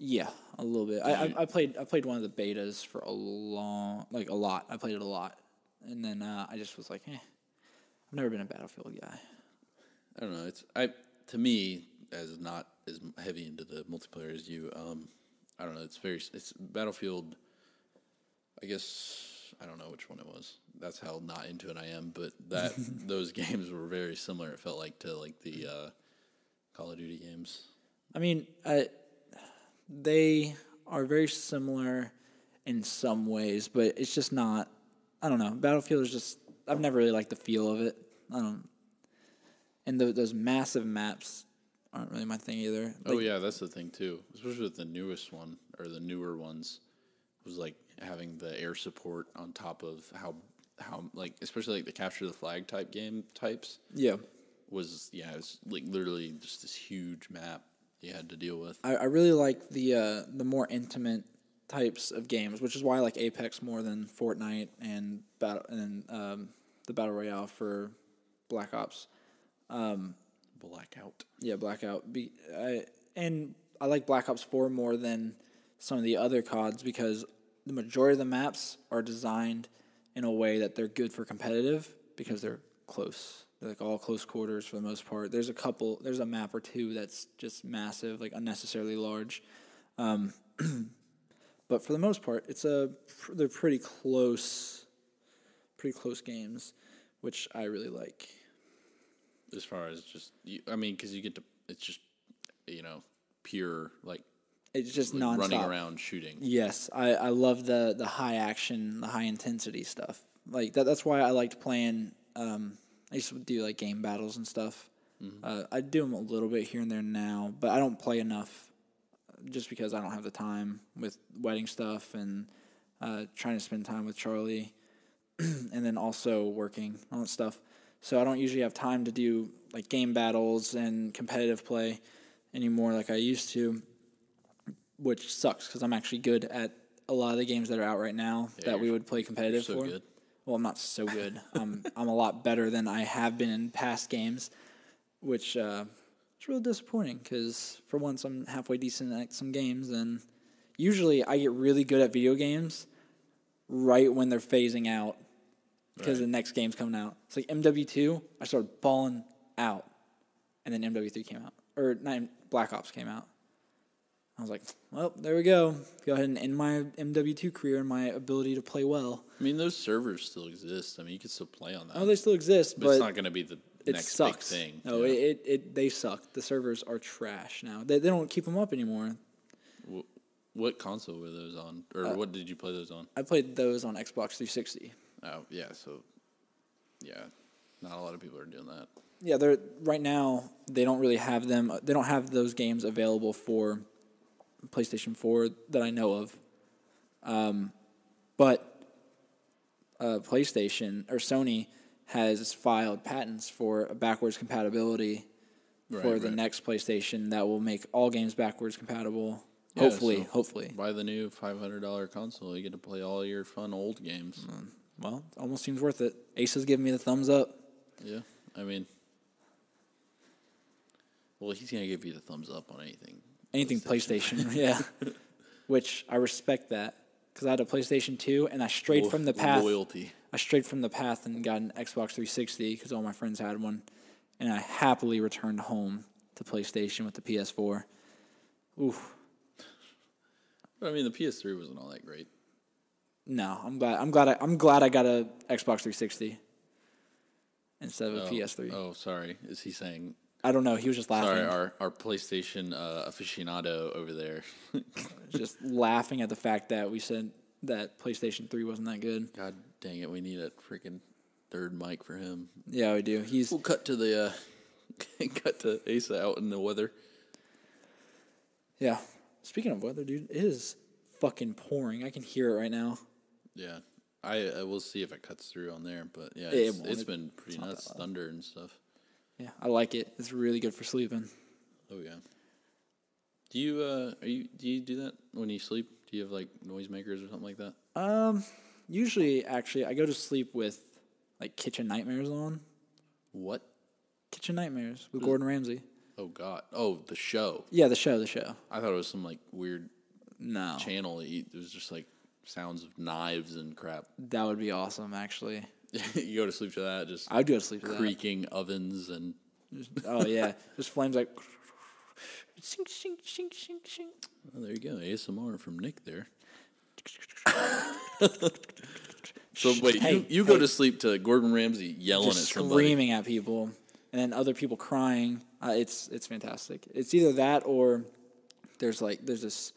S1: Yeah, a little bit. I, I I played I played one of the betas for a long like a lot. I played it a lot, and then uh, I just was like, eh, I've never been a Battlefield guy.
S2: I don't know. It's I to me as not as heavy into the multiplayer as you. Um, I don't know. It's very it's Battlefield. I guess I don't know which one it was. That's how not into it I am. But that those games were very similar. It felt like to like the uh, Call of Duty games.
S1: I mean, uh, they are very similar in some ways, but it's just not. I don't know. Battlefield is just. I've never really liked the feel of it. I don't. And tho- those massive maps aren't really my thing either.
S2: oh
S1: Like,
S2: yeah, that's the thing too. Especially with the newest one or the newer ones, was like having the air support on top of how how like especially like the capture the flag type game types
S1: yeah.
S2: was yeah it was like literally just this huge map you had to deal with.
S1: I, I really like the uh, the more intimate types of games, which is why I like Apex more than Fortnite and battle and um, the battle royale for Black Ops.
S2: Blackout.
S1: Yeah, Blackout. Be, I, and I like Black Ops 4 more than some of the other CODs because the majority of the maps are designed in a way that they're good for competitive because they're close. They're like all close quarters for the most part. There's a couple, there's a map or two that's just massive, like unnecessarily large. Um, but for the most part, it's a pr- they're pretty close, pretty close games, which I really like.
S2: as far as just you, I mean, because you get to it's just you know pure like,
S1: It's just
S2: like,
S1: nonstop.
S2: running around shooting.
S1: Yes, I, I love the the high action, the high intensity stuff. Like that. That's why I liked playing. Um, I used to do like game battles and stuff. Uh, I do them a little bit here and there now, but I don't play enough, just because I don't have the time with wedding stuff and uh, trying to spend time with Charlie, and then also working on stuff. So I don't usually have time to do like game battles and competitive play anymore like I used to which sucks because I'm actually good at a lot of the games that are out right now that we would play competitive
S2: so
S1: for.
S2: good.
S1: Well, I'm not so good. I'm I'm a lot better than I have been in past games, which uh, it's real disappointing because for once I'm halfway decent at some games, and usually I get really good at video games right when they're phasing out because
S2: Right.
S1: the next game's coming out. It's like MW2, I started balling out, and then MW3 came out, or not M- Black Ops came out. I was like, well, there we go. Go ahead and end my MW2 career and my ability to play well.
S2: I mean, those servers still exist. I mean, you could still play on that.
S1: Oh, they still exist,
S2: but,
S1: but,
S2: it's not going to be the
S1: it
S2: next
S1: sucks. Oh,
S2: big thing.
S1: No,
S2: yeah.
S1: it, it, it they suck. The servers are trash now. They, they don't keep them up anymore.
S2: Wh- what console were those on, or
S1: Uh,
S2: what did you play those on?
S1: I played those on Xbox 360.
S2: Oh, yeah. So, yeah, not a lot of people are doing that.
S1: Yeah, they're right now they don't really have them. uh, They don't have those games available for PlayStation 4 that I know of. Um, but uh, PlayStation or Sony has filed patents for a backwards compatibility
S2: Right,
S1: for the
S2: right.
S1: next PlayStation that will make all games backwards compatible.
S2: Yeah,
S1: hopefully,
S2: so
S1: hopefully.
S2: Buy the new five hundred dollar console. You get to play all your fun old games.
S1: Well, it almost seems worth it. Ace is giving me the thumbs up.
S2: Yeah, I mean, well, he's gonna give you the thumbs up on anything.
S1: Anything PlayStation, yeah. Which I respect that because I had a PlayStation 2 and I strayed
S2: Lo-
S1: from the path.
S2: Loyalty.
S1: I strayed from the path and got an Xbox 360 because all my friends had one, and I happily returned home to PlayStation with the PS4. Ooh,
S2: But I mean, the PS3 wasn't all that great.
S1: no, I'm glad. I'm glad. I, I'm glad I got a Xbox 360 instead of a
S2: Oh,
S1: PS3.
S2: Oh, sorry. Is he saying?
S1: I don't know. He was just laughing.
S2: Sorry, our our PlayStation uh, aficionado over there.
S1: just laughing at the fact that we said that PlayStation 3 wasn't that good.
S2: God dang it, we need a freaking third mic for him.
S1: Yeah, we do. He's
S2: We'll cut to the uh, cut to Asa out in the weather.
S1: yeah. Speaking of weather, dude, it is fucking pouring. I can hear it right now.
S2: Yeah, I, I will see if it cuts through on there. But yeah,
S1: It
S2: it's,
S1: won't.
S2: it's
S1: It-
S2: been pretty nuts, thunder and stuff.
S1: Yeah, I like it. It's really good for sleeping.
S2: Oh yeah. Do you uh are you do you do that when you sleep? Do you have like noisemakers or something like that?
S1: Um, usually, actually, I go to sleep with like kitchen nightmares on.
S2: What?
S1: Kitchen nightmares with Gordon Ramsay.
S2: Oh god. Oh, the show.
S1: Yeah, the show, the show.
S2: I thought it was some like weird
S1: No,
S2: channel. that you- It was just like sounds of knives and crap.
S1: that would be awesome. Actually,
S2: you go to sleep to that, just
S1: I would go to sleep to that.
S2: creaking ovens and
S1: Just- oh yeah, just flames like. Shink, shink, shink, shink, shink.
S2: oh, there you go, ASMR from Nick there. So
S1: Shh,
S2: wait, you,
S1: hey,
S2: you go
S1: hey.
S2: to sleep to Gordon Ramsay yelling
S1: just
S2: at somebody.
S1: screaming at people, and then other people crying. Uh, it's it's fantastic. It's either that or there's like there's this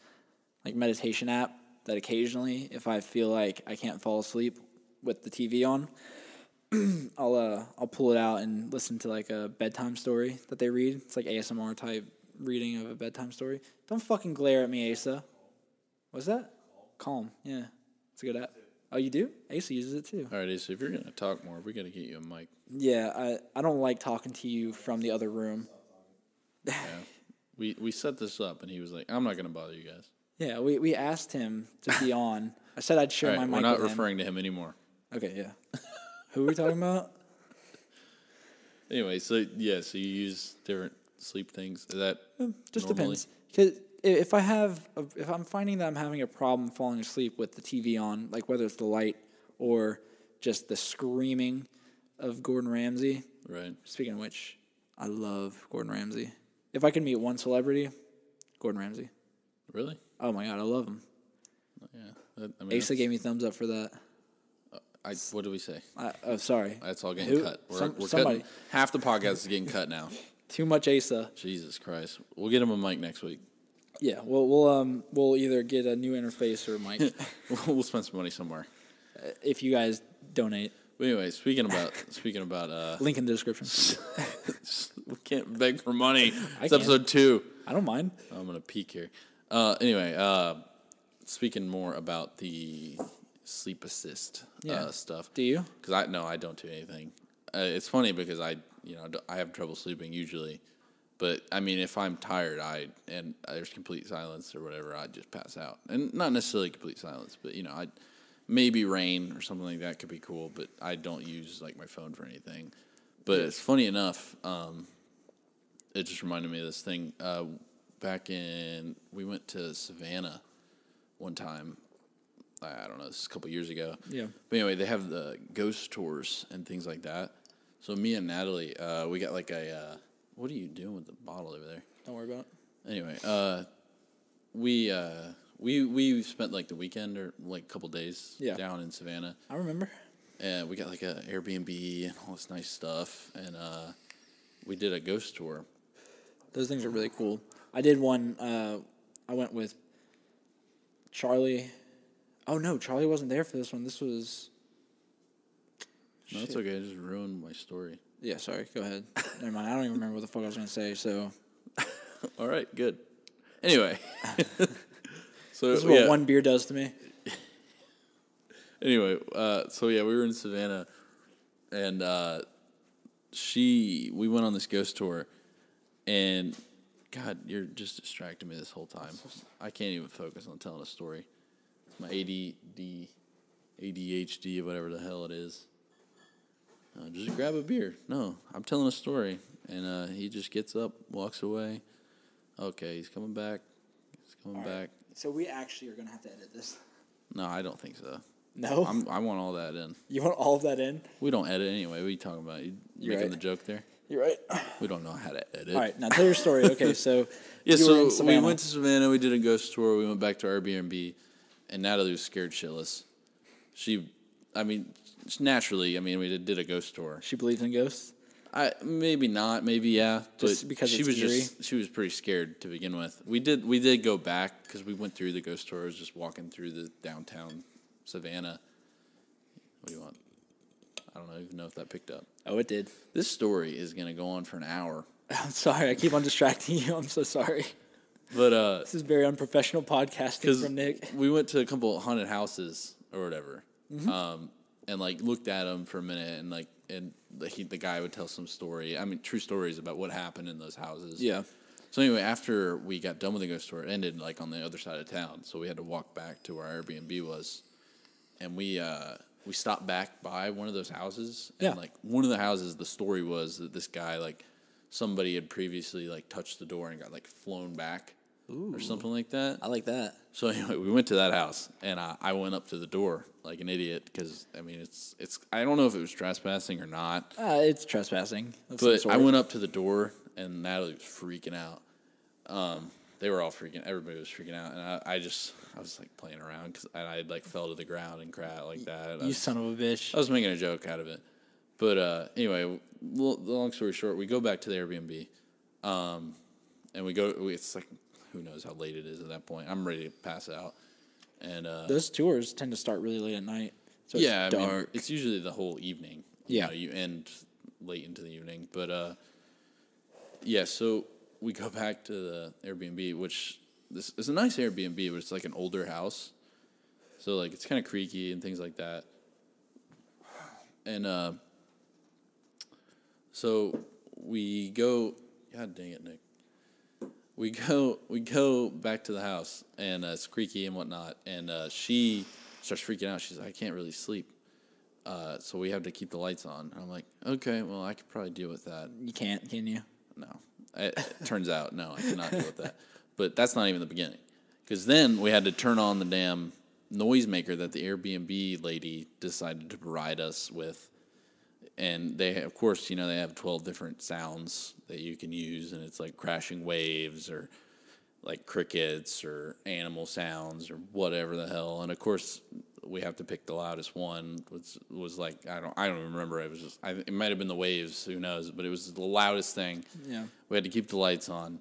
S1: like meditation app that occasionally, if I feel like I can't fall asleep with the TV on, I'll uh, I'll pull it out and listen to like a bedtime story that they read. It's like ASMR type reading of a bedtime story. Don't fucking glare at me, Asa. What's that? Calm. Yeah, it's a good app. Oh, you do? Asa uses it too.
S2: All right, so if you're gonna talk more, we gotta get you a mic.
S1: Yeah, I, I don't like talking to you from the other room.
S2: We we set this up, and he was like, "I'm not gonna bother you guys."
S1: Yeah, we, we asked him to be on. I said I'd share
S2: All right,
S1: my
S2: we're
S1: mic
S2: not
S1: with
S2: referring to him anymore.
S1: him. Okay, yeah. Who are we talking about?
S2: Anyway, so yeah, so you use different sleep things. Is that
S1: Just
S2: normally?
S1: depends. Because if I have, a, if I'm finding that I'm having a problem falling asleep with the TV on, like whether it's the light or just the screaming of Gordon Ramsay.
S2: Right.
S1: Speaking of which, I love Gordon Ramsay. If I could meet one celebrity, Gordon Ramsay.
S2: Really?
S1: Oh my god, I love him.
S2: Yeah. That- I mean,
S1: Asa gave me thumbs up for that.
S2: I, what do we say?
S1: I, oh, sorry.
S2: That's all getting
S1: Who-
S2: cut. We're,
S1: some-
S2: we're
S1: somebody.
S2: cutting half the podcast is getting cut now.
S1: Too much Asa.
S2: Jesus Christ. We'll get him a mic next week.
S1: Yeah, we'll we'll um we'll either get a new interface or a mic
S2: we'll spend some money somewhere.
S1: if you guys donate.
S2: But anyway, speaking about speaking about uh,
S1: Link in the description.
S2: we can't beg for money. It's
S1: can.
S2: episode two.
S1: I don't mind.
S2: I'm gonna peek here. Uh, anyway, uh, speaking more about the sleep assist
S1: Yeah.
S2: uh, stuff.
S1: Do you?
S2: Because I no, I don't do anything. Uh, it's funny because I you know I have trouble sleeping usually, but I mean if I'm tired I and there's complete silence or whatever I just pass out and not necessarily complete silence but you know I maybe rain or something like that could be cool but I don't use like my phone for anything. But it's funny enough, um, it just reminded me of this thing. Uh, back in we went to Savannah one time. I I don't know, this is a couple years ago.
S1: Yeah.
S2: But anyway, they have the ghost tours and things like that. So me and Natalie, uh, we got like a. Uh, what are you doing with the bottle over there?
S1: Don't worry about it.
S2: Anyway, uh, we uh, we we spent like the weekend or like a couple days
S1: Yeah.
S2: down in Savannah
S1: I remember.
S2: and we got like a Airbnb and all this nice stuff, and uh, we did a ghost tour.
S1: Those things are really cool. I did one. Uh, I went with Charlie. Oh no, Charlie wasn't there for this one. This was
S2: No, it's okay. I just ruined my story.
S1: yeah. Sorry. Go ahead. Never mind. I don't even remember what the fuck I was gonna say.
S2: Uh,
S1: So
S2: All right, good. Anyway, so
S1: this is what
S2: yeah,
S1: one beer does to me.
S2: anyway, uh, so yeah, we were in Savannah, and uh, she we went on this ghost tour, and God, you're just distracting me this whole time. I can't even focus on telling a story. It's my ADD, ADHD, whatever the hell it is. Uh, just grab a beer. No, I'm telling a story, and uh, he just gets up, walks away. Okay, he's coming back. He's coming back.
S1: So we actually are gonna have to edit this.
S2: No, I don't think so.
S1: No,
S2: I'm, I want all that in.
S1: you want all of that in?
S2: We don't edit anyway. What are you talking about? You
S1: You're right.
S2: making the joke there?
S1: You're right.
S2: We don't know how to edit.
S1: All right, now tell your story. Okay, so
S2: Yeah,
S1: you were in
S2: so we
S1: Savannah.
S2: went to Savannah. We did a ghost tour. We went back to our Airbnb, and Natalie was scared shitless. She, I mean, s- naturally, I mean, we did, did a ghost tour.
S1: She believes in ghosts.
S2: I maybe not, maybe yeah, but
S1: Just because
S2: she
S1: it's
S2: was just she was pretty scared to begin with. We did we did go back because we went through the ghost tour. I was just walking through the downtown Savannah. What do you want? I don't know, even know if that picked up.
S1: Oh, it did.
S2: This story is going to go on for an hour.
S1: I'm sorry. I keep on distracting you. I'm so sorry.
S2: But uh
S1: This is very unprofessional podcasting
S2: cuz
S1: from Nick. Mm-hmm.
S2: we went to a couple haunted houses or whatever. Um and like looked at them for a minute and like and the, he, the guy would tell some story. I mean true stories about what happened in those houses. So anyway, after we got done with the ghost tour, it ended like on the other side of town. So we had to walk back to where our Airbnb was, and we uh, we stopped back by one of those houses. And
S1: Yeah.
S2: like one of the houses, the story was that this guy like somebody had previously like touched the door and got like flown back or something like that.
S1: I like that.
S2: So anyway, we went to that house, and I, I went up to the door like an idiot because I mean it's it's I don't know if it was trespassing or not.
S1: Uh, it's trespassing. of some
S2: But I
S1: sort.
S2: went up to the door and Natalie was freaking out. Um, they were all freaking. Everybody was freaking out, and I, I just I was like playing around because I, I like fell to the ground and cried like that. and I
S1: You
S2: was-
S1: son of a bitch.
S2: I was making a joke out of it. But uh, anyway, l- long story short, we go back to the Airbnb, um, and we go. we- It's like who knows how late it is at that point. I'm ready to pass out, and uh,
S1: Those tours tend to start really late at night. So it's
S2: yeah, I mean,
S1: dark.
S2: it's usually the whole evening.
S1: Yeah.
S2: you, know, you end late into the evening, but uh, yeah. So we go back to the Airbnb, which this is a nice Airbnb, but it's like an older house, so like it's kind of creaky and things like that. And uh, so we go. God dang it, Nick. We go. We go back to the house, and uh, it's creaky and whatnot. And uh, she starts freaking out. She's like, "I can't really sleep." Uh, so we have to keep the lights on. And I'm like, "Okay, well, I could probably deal with that."
S1: you can't, can
S2: Eh,
S1: you?
S2: No. It, it turns out, no, I cannot deal with that. But that's not even the beginning. Because then we had to turn on the damn noisemaker that the Airbnb lady decided to provide us with. And they, of course, you know, they have 12 different sounds that you can use, and it's like crashing waves or like crickets or animal sounds or whatever the hell. And of course, we have to pick the loudest one, which was like I don't I don't even remember. It was just I, it might have been the waves, who knows? But it was the loudest thing.
S1: Yeah.
S2: We had to keep the lights on,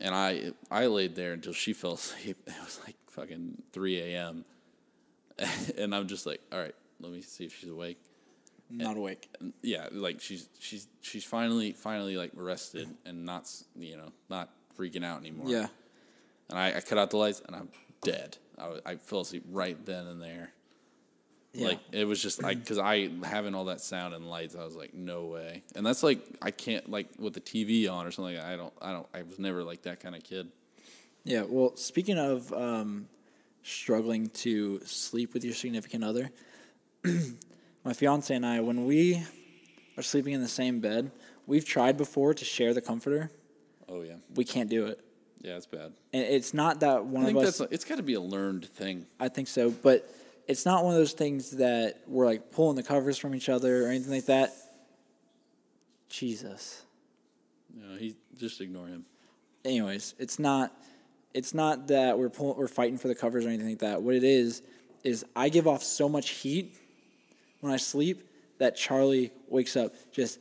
S2: and I I laid there until she fell asleep. It was like fucking three a.m. and I'm just like, all right, let me see if she's awake
S1: Not awake.
S2: yeah, like she's she's she's finally finally like rested and not s- you know not freaking out anymore.
S1: Yeah.
S2: And I, I cut out the lights and I'm dead. I, wa- I fell asleep right then and there.
S1: Yeah.
S2: Like it was just like because I having all that sound and lights, I was like, no way. And that's like I can't like with the TV on or something. I don't I don't I was never like that kind of kid.
S1: Yeah. Well, speaking of um, struggling to sleep with your significant other, my fiance and I, when we are sleeping in the same bed, we've tried before to share the comforter.
S2: Oh yeah,
S1: We can't do it.
S2: yeah, it's bad.
S1: And it's not that one
S2: I think
S1: of
S2: that's
S1: us.
S2: a, it's got to be a learned thing.
S1: I think so, but it's not one of those things that we're like pulling the covers from each other or anything like that. Jesus.
S2: You know, he just ignore him.
S1: anyways, it's not it's not that we're pull, we're fighting for the covers or anything like that. What it is is I give off so much heat when I sleep that Charlie wakes up just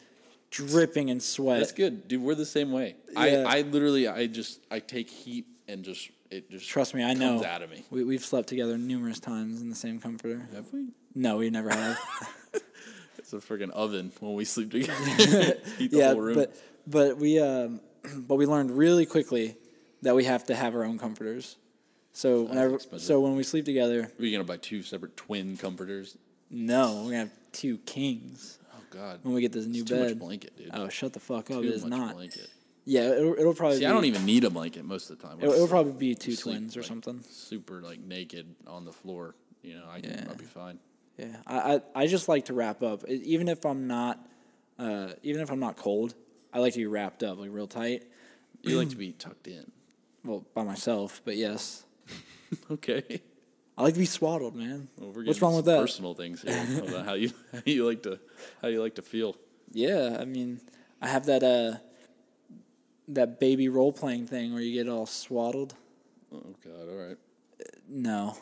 S1: dripping in sweat.
S2: That's good, dude. We're the same way.
S1: Yeah.
S2: I, I literally, I just, I take heat and just, it just.
S1: Trust me, I know.
S2: Comes out of me.
S1: We we've slept together numerous times in the same comforter.
S2: Have we?
S1: No, we never have.
S2: It's a freaking oven when we sleep together. heat the
S1: yeah,
S2: whole room.
S1: but but we um, but we learned really quickly that we have to have our own comforters. So whenever,
S2: expensive.
S1: so when we sleep together,
S2: Are you gonna buy two separate twin comforters?
S1: no, we're gonna have two kings.
S2: Oh God.
S1: when we get this
S2: It's
S1: new
S2: too
S1: bed.
S2: much blanket, dude.
S1: Oh, shut the fuck up!
S2: too
S1: it is
S2: much
S1: not.
S2: blanket.
S1: Yeah, it'll, it'll probably.
S2: See,
S1: be,
S2: I don't even need a blanket most of the time.
S1: It'll, it'll
S2: Just, like,
S1: probably be two
S2: sleep,
S1: twins or
S2: like,
S1: something.
S2: Super like naked on the floor. You know, I can,
S1: Yeah.
S2: I'll be fine.
S1: Yeah, I, I I just like to wrap up, E- even if I'm not, uh, even if I'm not cold. I like to be wrapped up, like real tight.
S2: You like to be tucked in.
S1: Well, by myself, but yes,
S2: Okay.
S1: I like to be swaddled, man.
S2: Well, we're
S1: What's
S2: getting
S1: wrong with
S2: some
S1: that?
S2: Personal things here about how you how you like to how you like to feel.
S1: Yeah, I mean, I have that uh, that baby role playing thing where you get all swaddled.
S2: Oh God! All right.
S1: No,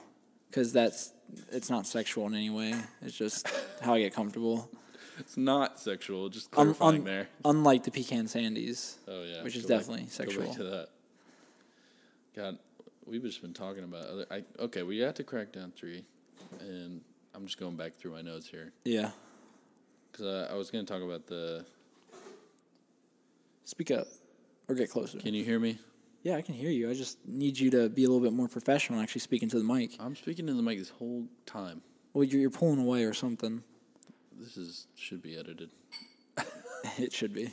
S1: because that's it's not sexual in any way. It's just how I get comfortable.
S2: It's not sexual. Just
S1: Un-
S2: clarifying
S1: un-
S2: there.
S1: Unlike the pecan sandies.
S2: Oh yeah,
S1: which is
S2: go back-
S1: definitely
S2: Go
S1: sexual.
S2: back to that. God, we've just been talking about other. I, okay, we got to crack down three, and I'm just going back through my notes here
S1: Yeah.
S2: because I, I was going to talk about the.
S1: Speak up or get closer.
S2: Can you hear me?
S1: yeah, I can hear you. I just need you to be a little bit more professional, actually speaking to the mic.
S2: I'm speaking to the mic this whole time.
S1: Well, you're, you're pulling away or something.
S2: This is should be edited.
S1: it should be.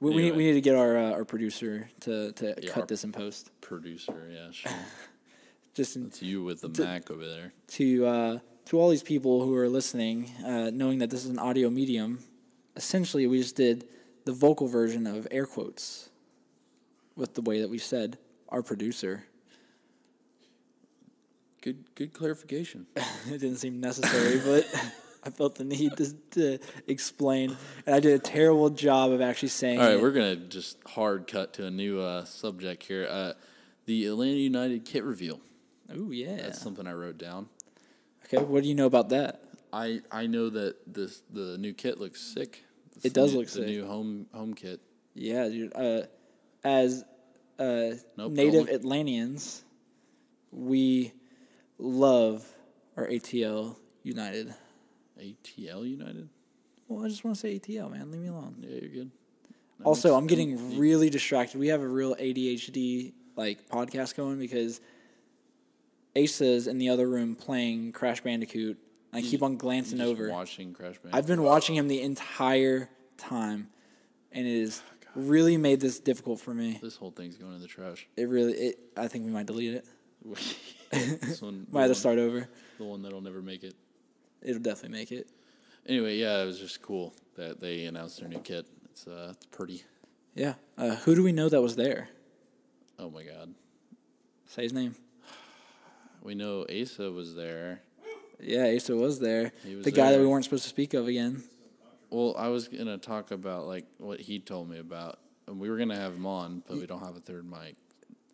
S1: We, we, need, we
S2: Anyway.
S1: need to get our uh, our producer to, to
S2: Yeah,
S1: cut
S2: our-
S1: this in post.
S2: Producer, yeah, sure.
S1: Just in,
S2: it's you with the Mac over there.
S1: to uh, to all these people who are listening, uh, knowing that this is an audio medium, essentially we just did the vocal version of air quotes with the way that we said our producer.
S2: Good, good clarification.
S1: it didn't seem necessary, but I felt the need to, to explain, and I did a terrible job of actually saying.
S2: All right,
S1: it.
S2: we're gonna just hard cut to a new uh, subject here. Uh, the Atlanta United kit reveal.
S1: Ooh yeah.
S2: That's something I wrote down.
S1: okay, what do you know about that?
S2: I I know that this the new kit looks sick. It's
S1: It
S2: the
S1: does
S2: new-
S1: look
S2: the
S1: sick.
S2: new home home kit.
S1: Yeah, dude. Uh, as uh,
S2: don't
S1: native
S2: look-
S1: Atlanteans, we love our ATL United.
S2: ATL United.
S1: Well, I just want to say ATL, man. Leave me alone.
S2: Yeah, you're good. That
S1: Also,
S2: makes-
S1: I'm getting really distracted. We have a real ADHD like podcast going because Asa's in the other room playing Crash Bandicoot. I keep on
S2: I'm
S1: glancing
S2: just
S1: over.
S2: Watching Crash Bandicoot.
S1: I've been watching him the entire time, and it has
S2: Oh,
S1: really made this difficult for me.
S2: This whole thing's going in the trash.
S1: It really, it. I think we might delete it.
S2: this one,
S1: Might have to
S2: the, one
S1: start over.
S2: the one that'll never make it.
S1: It'll definitely make it.
S2: Anyway, yeah, it was just cool that they announced their new kit. It's uh, it's pretty.
S1: Yeah. Uh, who do we know that was there?
S2: Oh my god,
S1: Say his name.
S2: we know Asa was there.
S1: Yeah, Asa was there.
S2: He was
S1: the guy that we
S2: there.
S1: weren't supposed to speak of again.
S2: Well, I was gonna talk about like what he told me about, and we were gonna have him on, but we don't have a third mic.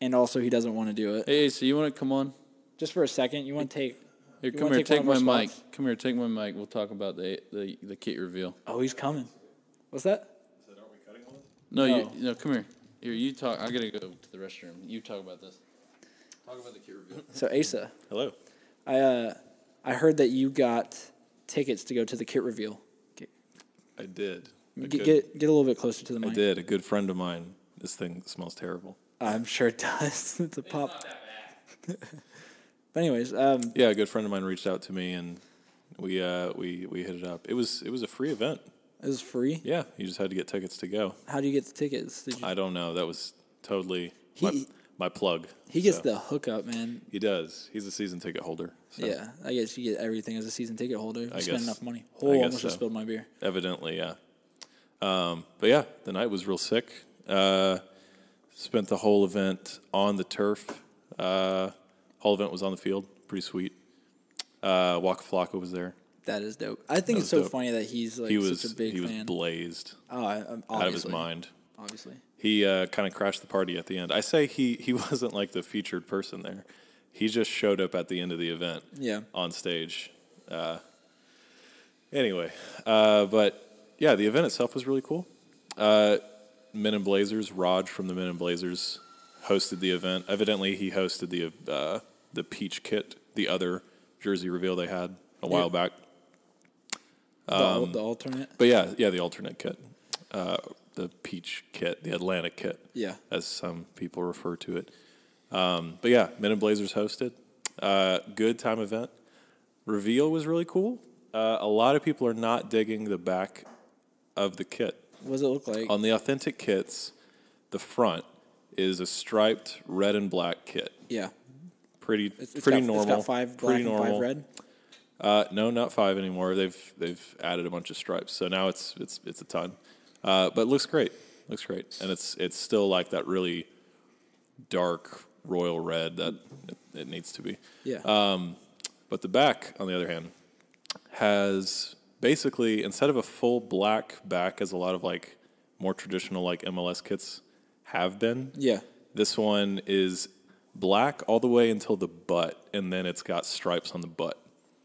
S1: And also, he doesn't want to do it.
S2: Hey, Asa, you want to come on?
S1: Just for a second, you want to take.
S2: Here,
S1: You
S2: come
S1: wanna
S2: here,
S1: take
S2: take
S1: one
S2: my
S1: of our
S2: mic.
S1: spots?
S2: Come here, take my mic. We'll talk about the the, the kit reveal.
S1: Oh, he's coming. What's that?
S2: No,
S1: Oh.
S2: you no, come here. Here, you talk. I gotta go to the restroom. You talk about this. Talk about the kit reveal.
S1: So Asa,
S3: Hello.
S1: I uh, I heard that you got tickets to go to the kit reveal. Get
S3: I did. A
S1: get
S3: good-
S1: get, get a little bit closer to the
S3: I
S1: mic.
S3: did. A good friend of mine. This thing smells terrible.
S1: I'm sure it does. it's a pop. but anyways, um,
S3: Yeah, a good friend of mine reached out to me and we uh, we we hit it up. It was it was a free event.
S1: it was free.
S3: Yeah, you just had to get tickets to go.
S1: How do you get the tickets? Did you,
S3: I don't know. That was totally my,
S1: He-
S3: my plug.
S1: he gets
S3: so.
S1: the hookup, man.
S3: He does. He's a season ticket holder. So
S1: Yeah, I guess you get everything as a season ticket holder. You
S3: I
S1: spend
S3: guess-
S1: enough money.
S3: I
S1: Oh, I
S3: guess
S1: almost just
S3: so.
S1: spilled my beer.
S3: Evidently, yeah. Um, but yeah, the night was real sick. Uh, spent the whole event on the turf. Uh, whole event was on the field. Pretty sweet. Uh, Waka Flocka was there.
S1: That is dope. I think it's
S3: was
S1: so
S3: dope.
S1: funny that he's like
S3: he was
S1: such a big
S3: he was
S1: fan.
S3: blazed
S1: oh, I, I'm obviously,
S3: out of his mind.
S1: Obviously,
S3: He uh, kind of crashed the party at the end. I say he he wasn't like the featured person there. He just showed up at the end of the event.
S1: Yeah.
S3: On stage. Uh, anyway, uh, but yeah, the event itself was really cool. Uh, Men in Blazers, Raj from the Men in Blazers, hosted the event. Evidently, he hosted the uh, the Peach Kit, the other jersey reveal they had a while back.
S1: the, al-
S3: Um,
S1: the alternate.
S3: But yeah, yeah, the alternate kit, uh, the peach kit, the Atlanta kit,
S1: Yeah.
S3: as some people refer to it. Um, but yeah, Men in Blazers hosted. Uh, good time event. Reveal was really cool. Uh, a lot of people are not digging the back of the kit.
S1: What does it look like?
S3: On the authentic kits, the front is a striped red and black kit.
S1: yeah,
S3: Pretty,
S1: it's, it's
S3: pretty
S1: got,
S3: normal.
S1: It's got five black
S3: pretty
S1: and
S3: normal.
S1: five red.
S3: Uh, no, not five anymore. They've they've added a bunch of stripes, so now it's it's it's a ton. Uh, but it looks great, looks great, and it's it's still like that really dark royal red that it, it needs to be.
S1: Yeah,
S3: Uh, But the back, on the other hand, has basically instead of a full black back, as a lot of like more traditional like MLS kits have been.
S1: yeah.
S3: This one is black all the way until the butt, and then it's got stripes on the butt.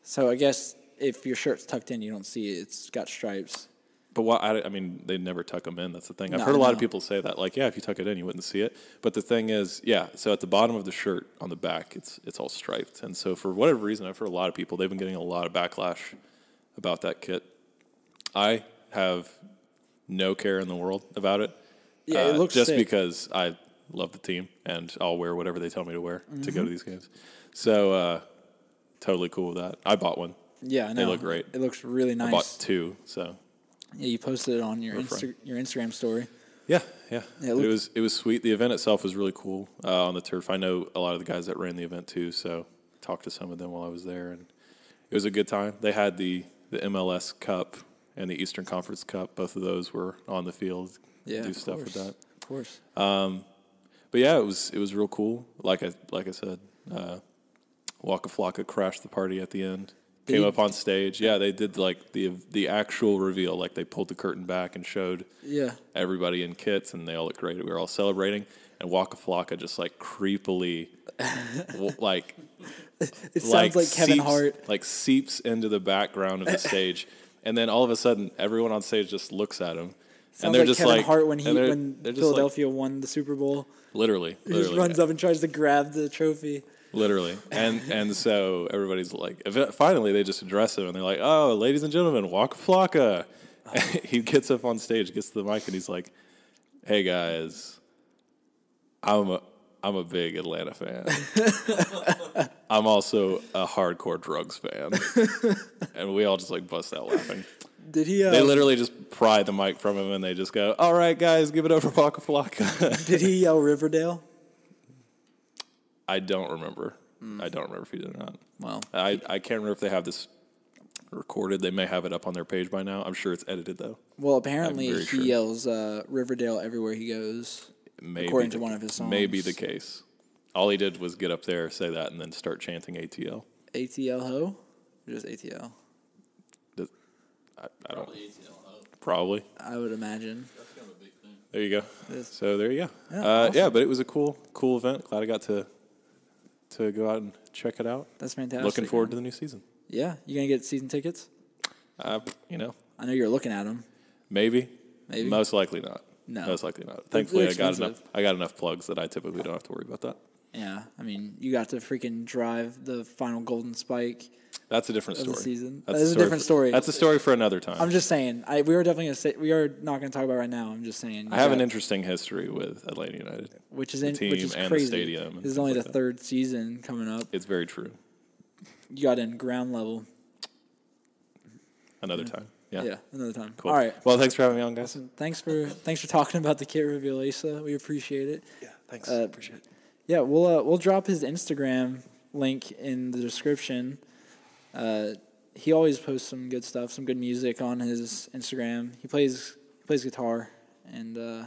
S1: So I guess if your shirt's tucked in, you don't see it. It's got stripes.
S3: But why? I, I mean, they never tuck them in. That's the thing. I've
S1: No,
S3: heard a
S1: I
S3: lot of
S1: know.
S3: people say that. Like, yeah, if you tuck it in, you wouldn't see it. But the thing is, yeah. So at the bottom of the shirt on the back, it's it's all striped. And so for whatever reason, I've heard a lot of people. They've been getting a lot of backlash about that kit. I have no care in the world about it. uh,
S1: Yeah, it looks
S3: just
S1: sick.
S3: because I love the team and I'll wear whatever they tell me to wear to
S1: Mm-hmm.
S3: go to these games. So uh, totally cool with that. I bought one.
S1: Yeah, I know.
S3: They look great.
S1: It looks really
S3: I bought
S1: nice.
S3: two. So
S1: yeah, you posted it on your Insta-
S3: Refresh.
S1: your Instagram story.
S3: Yeah, yeah.
S1: Yeah, it
S3: it,
S1: looked-
S3: was it was sweet. The event itself was really cool uh, on the turf. I know a lot of the guys that ran the event too, so talked to some of them while I was there, and it was a good time. They had the the MLS Cup and the Eastern Conference Cup. Both of those were on the field.
S1: Yeah,
S3: do
S1: of
S3: stuff with
S1: course, Of
S3: that.
S1: course.
S3: But yeah, it was it was real cool. Like I like I said, uh, Waka Flocka crashed the party at the end. came up on stage. Yeah, they did like the the actual reveal. Like they pulled the curtain back and showed
S1: Yeah.
S3: everybody in kits, and they all looked great. We were all celebrating, and Waka Flocka just like creepily, w- like
S1: It sounds like Kevin
S3: seeps-
S1: Hart.
S3: Like seeps into the background of the stage, and then all of a sudden, everyone on stage just looks at him,
S1: Sounds
S3: and they're
S1: like
S3: just
S1: Kevin
S3: like
S1: Hart when he
S3: and they're-
S1: when
S3: they're just, like,
S1: Philadelphia won the Super Bowl.
S3: literally,
S1: He just
S3: literally,
S1: runs up and tries to grab the trophy.
S3: literally, and and so everybody's like, ev- finally, they just address him, and they're like, "Oh, ladies and gentlemen, Waka Flocka." he gets up on stage, gets to the mic, and he's like, "Hey guys, I'm a." I'm a big Atlanta fan. I'm also a hardcore drugs fan. and we all just like bust out laughing.
S1: Did he?
S3: They
S1: Uh,
S3: literally just pry the mic from him and they just go, "All right, guys, give it over Waka Flocka."
S1: did he yell Riverdale?
S3: I don't remember. I don't remember if he did or not.
S1: Well,
S3: I, I can't remember if they have this recorded. They may have it up on their page by now. I'm sure it's edited though.
S1: well, apparently
S3: very
S1: he
S3: sure.
S1: yells uh, Riverdale everywhere he goes.
S3: Maybe
S1: According
S3: the,
S1: to one of his
S3: Maybe the
S1: songs.
S3: case. All he did was get up there, say that, and then start chanting ATL.
S1: ATL ho, or just ATL.
S3: Does- I, I don't
S2: Probably ATL Hope.
S3: probably.
S1: I would imagine.
S2: That's kind of a big thing.
S3: There you go.
S1: Yes.
S3: So there you go.
S1: Yeah,
S3: uh, yeah, but it was a cool cool event. Glad I got to to go out and check it out.
S1: That's fantastic.
S3: Looking forward to the new season.
S1: Yeah, you gonna get season tickets?
S3: Uh, you know,
S1: I know you're looking at them.
S3: Maybe.
S1: Maybe.
S3: Most likely not.
S1: No.
S3: Most likely not. Thankfully, I got
S1: expensive.
S3: enough. I got enough plugs that I typically don't have to worry about that.
S1: Yeah, I mean, you got to freaking drive the final golden spike.
S3: That's a different
S1: Of the
S3: story.
S1: season.
S3: That's
S1: That is a
S3: story
S1: different
S3: for-
S1: story.
S3: That's a story for another time.
S1: I'm just saying. I we are definitely gonna say we are not gonna talk about it right now. I'm just saying.
S3: I have an
S1: Yeah.
S3: interesting history with Atlanta United.
S1: which is
S3: the
S1: in, which
S3: team
S1: is
S3: and the
S1: crazy.
S3: stadium and
S1: this is
S3: things
S1: only
S3: like
S1: the
S3: that.
S1: third season coming up.
S3: It's very true.
S1: You got in ground level.
S3: Another time. Yeah.
S1: Yeah, another time.
S3: Cool.
S1: All right.
S3: Well, thanks for having me on, guys.
S1: Thanks for thanks for talking about the kit reveal, Asa. We appreciate it.
S3: Yeah. Thanks.
S1: Uh,
S3: Appreciate it.
S1: Yeah, we'll uh, we'll drop his Instagram link in the description. Uh, he always posts some good stuff, some good music on his Instagram. He plays he plays guitar and uh,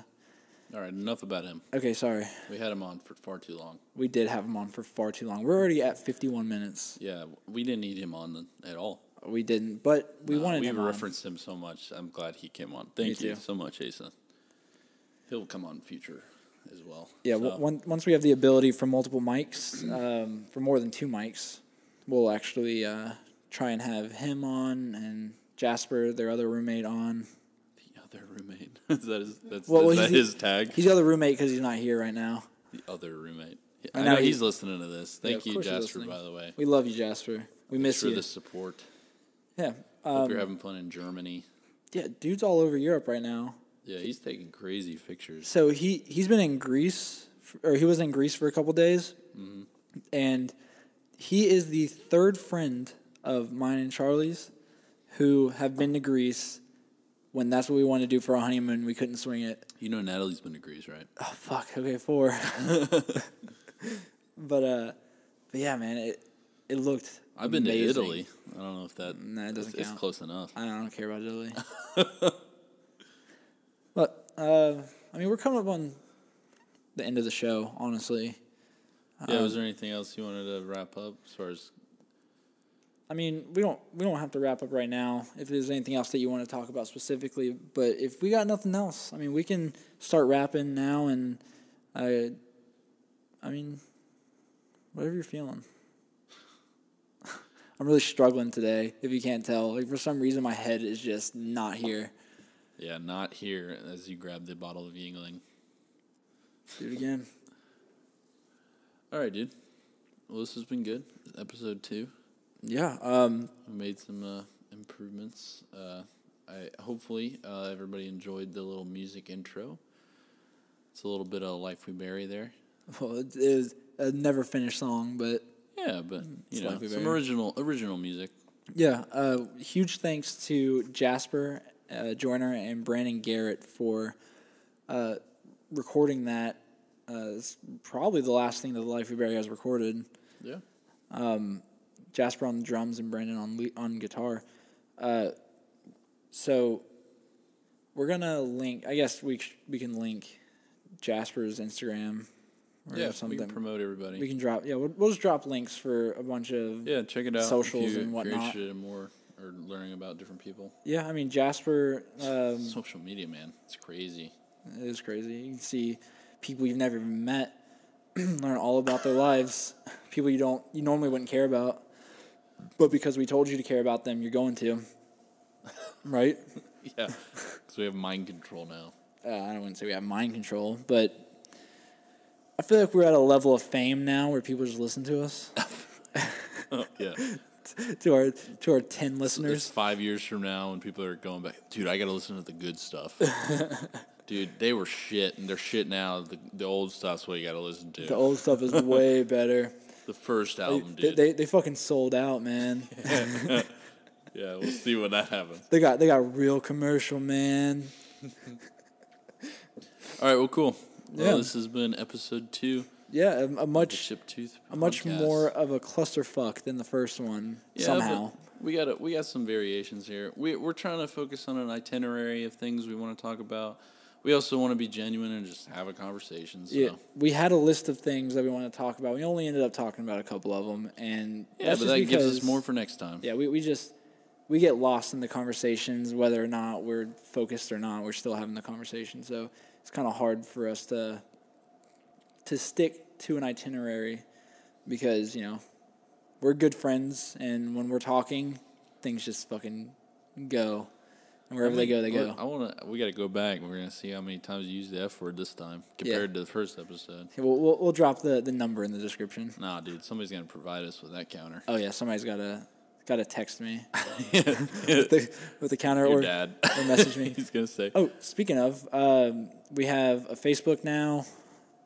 S2: All right, enough about him.
S1: okay, sorry.
S2: We had him on for far too long.
S1: We did have him on for far too long. We're already at 51 minutes.
S2: Yeah, we didn't need him on the, at all.
S1: We didn't, but we
S2: Uh,
S1: wanted
S2: we
S1: him on.
S2: referenced him so much. I'm glad he came on. Thank you
S1: too.
S2: so much, Asa. He'll come on future as well.
S1: Yeah,
S2: So,
S1: w one, once we have the ability for multiple mics, um, for more than two mics, we'll actually uh, try and have him on and Jasper, their other roommate, on.
S2: the other roommate. is that his, that's,
S1: Well,
S2: is
S1: well,
S2: that
S1: he's-
S2: his tag?
S1: He's the other roommate because he's not here right now.
S2: The other roommate. Yeah,
S1: I
S2: I
S1: know
S2: know
S1: he-
S2: he's listening to this.
S1: Yeah,
S2: Thank
S1: of
S2: you,
S1: course he's
S2: Jasper,
S1: listening.
S2: by the way.
S1: We love you, Jasper. We
S2: Thanks
S1: miss
S2: for
S1: you.
S2: the support.
S1: Yeah,
S2: Hope
S1: um,
S2: you're having fun in Germany.
S1: yeah. Dude's all over Europe right now.
S2: Yeah, he's taking crazy pictures.
S1: So he he's been in Greece, f- or he was in Greece for a couple days,
S2: Mm-hmm.
S1: and he is the third friend of mine and Charlie's who have been to Greece. When that's what we wanted to do for our honeymoon, we couldn't swing it.
S2: You know Natalie's been to Greece, right?
S1: Oh fuck. Okay, four. but uh, but yeah, man, it it looked.
S2: I've been
S1: amazing.
S2: to Italy. I don't know if that
S1: Nah, it doesn't count.
S2: it's,
S1: Uh,
S2: it's close enough.
S1: I don't, I don't care about Italy. but uh, I mean, we're coming up on the end of the show, honestly. um,
S2: Yeah, was there anything else you wanted to wrap up as far as
S1: I mean, we don't we don't have to wrap up right now. If there's anything else that you want to talk about specifically, but if we got nothing else, I mean, we can start wrapping now. And I, I mean, whatever you're feeling. I'm really struggling today. If you can't tell, like for some reason, my head is just not here.
S2: Yeah, not here as you grab the bottle of Yingling.
S1: Do it again.
S2: All right, dude. Well, this has been good. Episode two.
S1: Yeah. Um.
S2: We made some uh, improvements. Uh, I hopefully uh, everybody enjoyed the little music intro. It's a little bit of life we bury there.
S1: Well, it is a never finished song, but
S2: Yeah, but you
S1: Mm, It's
S2: know
S1: Life We
S2: some
S1: Bury.
S2: original original music.
S1: yeah. Uh, huge thanks to Jasper uh, Joyner and Brandon Garrett for uh, recording that. Uh, it's probably the last thing that the Life We Bury has recorded.
S2: Yeah.
S1: Jasper on drums and Brandon on le- on guitar. Uh, so we're gonna link. I guess we sh- we can link Jasper's Instagram or
S2: yeah, we
S1: something.
S2: can promote everybody.
S1: We can drop. Yeah, we'll, we'll just drop links for a bunch of.
S2: yeah, check it out.
S1: socials
S2: if you,
S1: and
S2: If
S1: whatnot.
S2: you're interested in more or learning about different people,
S1: Yeah, I mean Jasper um,
S2: social media, man, it's crazy.
S1: is crazy. You can see people you've never even met, learn all about their lives. People you don't you normally wouldn't care about, but because we told you to care about them, you're going to. Right?
S2: Yeah, because we have mind control now.
S1: uh, I wouldn't say we have mind control, but I feel like we're at a level of fame now where people just listen to us, Oh,
S2: Yeah,
S1: to our to our ten listeners.
S2: there's five years from now when people are going back, dude. I gotta listen to the good stuff. dude, they were shit, and they're shit now. The, the old stuff's what you gotta listen to.
S1: The
S2: The,
S1: old stuff is way better.
S2: first album,
S1: They,
S2: dude.
S1: they they fucking sold out, man.
S2: yeah, we'll see when that happens.
S1: They got they got real commercial, man.
S2: All right, well, cool. Well,
S1: Yeah.
S2: this has been episode two.
S1: Yeah, a, a
S2: The
S1: much
S2: Chip Tooth.
S1: a much more of a clusterfuck than the first one somehow.
S2: we got a, we got some variations here. We we're trying to focus on an itinerary of things we want to talk about. We also want to be genuine and just have a conversation. So.
S1: Yeah, we had a list of things that we want to talk about. We only ended up talking about a couple of them, and
S2: Yeah,
S1: that's
S2: but
S1: just
S2: that gives us
S1: because-
S2: more for next time.
S1: Yeah, we, we just we get lost in the conversations, whether or not we're focused or not. We're still having the conversation, so it's kind of hard for us to to stick to an itinerary because you know we're good friends, and when we're talking, things just fucking go, and wherever they go, they
S2: Look,
S1: go.
S2: I want to. We got to go back. We're gonna see how many times you use the F word this time compared to the first episode.
S1: Okay, we'll, we'll we'll drop the the number in the description.
S2: Nah, dude, somebody's gonna provide us with that counter.
S1: Oh yeah, somebody's gotta gotta text me with, the, with the counter
S2: Your
S1: or
S2: dad.
S1: or message me.
S2: He's gonna say.
S1: Oh, speaking of, um, we have a Facebook now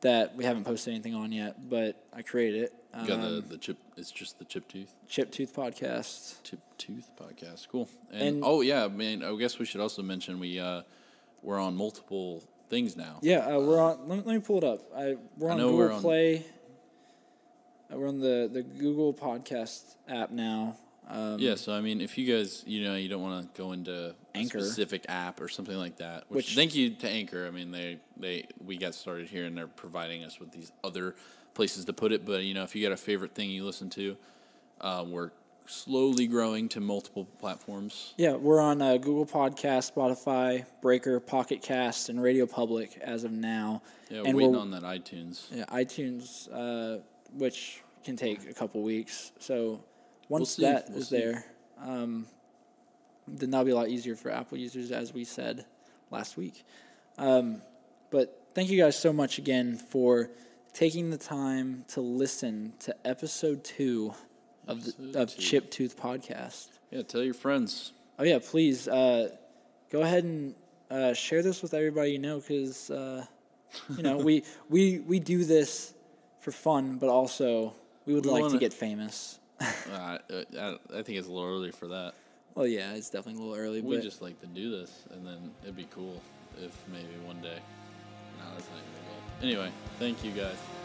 S1: that we haven't posted anything on yet, but I created it. Um,
S2: You got the, the chip. It's just the chip tooth.
S1: Chip Tooth Podcast.
S2: Tip Tooth podcast. Cool. And,
S1: And-
S2: oh yeah, man. I guess we should also mention we uh, we're on multiple things now.
S1: Yeah, uh, we're on. Let me, let me pull it up. I we're
S2: I
S1: on
S2: know
S1: Google
S2: we're on-
S1: Play. Uh, We're on the the Google Podcast app now. Um,
S2: Yeah. So I mean, if you guys, you know, you don't want to go into
S1: Anchor.
S2: a specific app or something like that. Which,
S1: Which-
S2: thank you to Anchor. I mean, they they we got started here and they're providing us with these other places to put it. But you know, if you got a favorite thing you listen to, uh, we're slowly growing to multiple platforms.
S1: Yeah, we're on uh, Google Podcast, Spotify, Breaker, Pocket Cast, and Radio Public as of now.
S2: Yeah,
S1: and
S2: waiting
S1: we're-
S2: on that iTunes.
S1: Yeah, iTunes, uh, which can take a couple weeks. So once
S2: see,
S1: that is
S2: we'll see.
S1: there, um, then that'll be a lot easier for Apple users, as we said last week. Um, but thank you guys so much again for taking the time to listen to episode two of
S2: Episode
S1: the, of
S2: two.
S1: Chip Tooth Podcast.
S2: Yeah, tell your friends.
S1: Oh yeah, please uh, go ahead and uh, share this with everybody you know because uh, you know we we we do this for fun, but also we would
S2: We
S1: like
S2: wanna-
S1: to get famous.
S2: Uh, I, I think it's a little early for that.
S1: Well, yeah, it's definitely a little early,
S2: We
S1: but
S2: just like to do this, and then it'd be cool if maybe one day. No, that's not even the goal. Anyway, thank you guys.